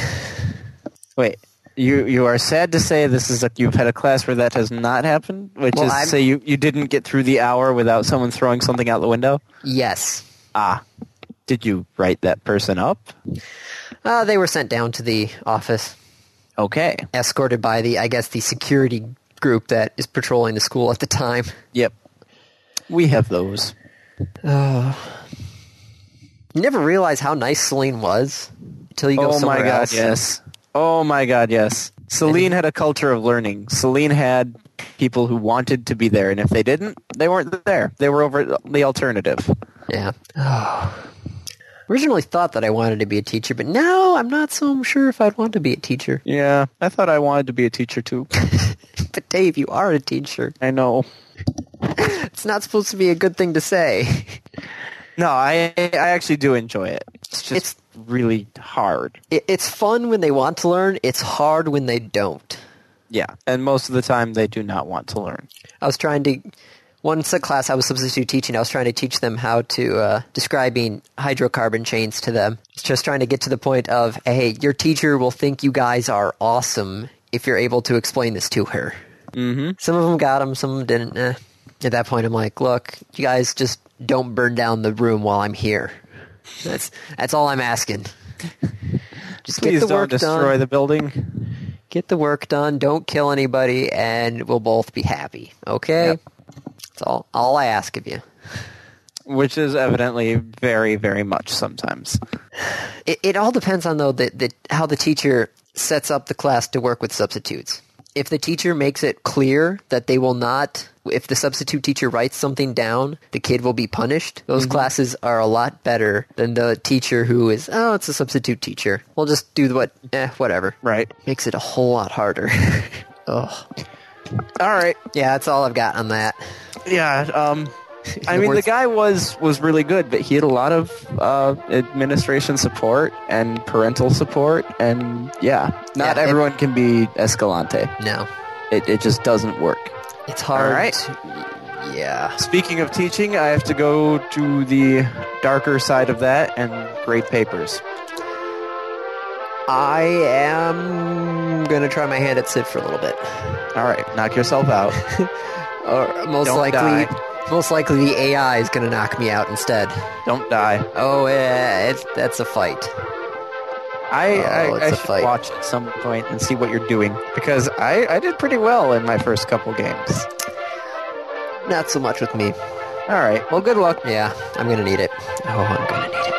Speaker 2: Wait, you you are sad to say this is a, you've had a class where that has not happened, which
Speaker 1: Well,
Speaker 2: is to
Speaker 1: I'm-
Speaker 2: say you, you didn't get through the hour without someone throwing something out the window.
Speaker 1: yes.
Speaker 2: Ah, did you write that person up?
Speaker 1: Uh, they were sent down to the office,
Speaker 2: Okay.
Speaker 1: escorted by the, I guess, the security group that is patrolling the school at the time.
Speaker 2: Yep. We have those.
Speaker 1: You never realize how nice Celine was until you go
Speaker 2: oh
Speaker 1: somewhere
Speaker 2: my god,
Speaker 1: else.
Speaker 2: yes. Oh my god, yes. Celine had a culture of learning. Celine had people who wanted to be there, and if they didn't, they weren't there. They were over at the alternative.
Speaker 1: Yeah. <sighs> Originally thought that I wanted to be a teacher, but now I'm not so sure if I'd want to be a teacher. <laughs>
Speaker 2: Yeah, I thought I wanted to be a teacher too.
Speaker 1: But Dave, you are a teacher.
Speaker 2: I know.
Speaker 1: It's not supposed to be a good thing to say. <laughs>
Speaker 2: No, I I actually do enjoy it. It's just
Speaker 1: It's-
Speaker 2: really hard.
Speaker 1: It, it's fun when they want to learn. It's hard when they don't.
Speaker 2: Yeah, and most of the time they do not want to learn.
Speaker 1: I was trying to one sub class I was substitute teaching. I was trying to teach them how to uh, describing hydrocarbon chains to them. It's just trying to get to the point of hey, your teacher will think you guys are awesome if you're able to explain this to her. Mm-hmm. Some of them got them, some of them didn't. Eh. At that point, I'm like, look, you guys just don't burn down the room while I'm here. That's that's all I'm asking. Just
Speaker 2: Please
Speaker 1: get the
Speaker 2: don't
Speaker 1: work
Speaker 2: destroy
Speaker 1: done.
Speaker 2: the building.
Speaker 1: Get the work done. Don't kill anybody, and we'll both be happy. Okay.
Speaker 2: Yep.
Speaker 1: That's all. All I ask of you.
Speaker 2: Which is evidently very, very much sometimes.
Speaker 1: It, it all depends on though the, the how the teacher sets up the class to work with substitutes. If the teacher makes it clear that they will not, if the substitute teacher writes something down, the kid will be punished. Those classes are a lot better than the teacher who is, oh, it's a substitute teacher. We'll just do what, eh, whatever.
Speaker 2: Right.
Speaker 1: Makes it a whole lot harder. <laughs> Ugh.
Speaker 2: All right.
Speaker 1: Yeah, that's all I've got on that.
Speaker 2: Yeah.
Speaker 1: <laughs>
Speaker 2: Um.
Speaker 1: The
Speaker 2: I mean, the
Speaker 1: words-
Speaker 2: guy was was really good, but he had a lot of uh, administration support and parental support, and yeah, not
Speaker 1: Yeah, it-
Speaker 2: everyone can be Escalante.
Speaker 1: No,
Speaker 2: It it just doesn't work.
Speaker 1: it's hard.
Speaker 2: All right.
Speaker 1: to- Yeah.
Speaker 2: Speaking of teaching, I have to go to the darker side of that and grade papers.
Speaker 1: I am gonna try my hand at Sid for a little bit.
Speaker 2: All right, knock
Speaker 1: <laughs>
Speaker 2: yourself out.
Speaker 1: Or most
Speaker 2: Don't
Speaker 1: likely,
Speaker 2: die.
Speaker 1: most likely the AI is gonna knock me out instead.
Speaker 2: Don't die.
Speaker 1: Oh yeah, it's, that's a fight.
Speaker 2: I,
Speaker 1: Oh,
Speaker 2: I,
Speaker 1: it's
Speaker 2: I
Speaker 1: a
Speaker 2: should
Speaker 1: fight.
Speaker 2: watch at some point and see what you're doing because I, I did pretty well in my first couple games.
Speaker 1: Not so much with me.
Speaker 2: All right, well, good luck.
Speaker 1: Yeah, I'm gonna need it. Oh, I'm gonna need it.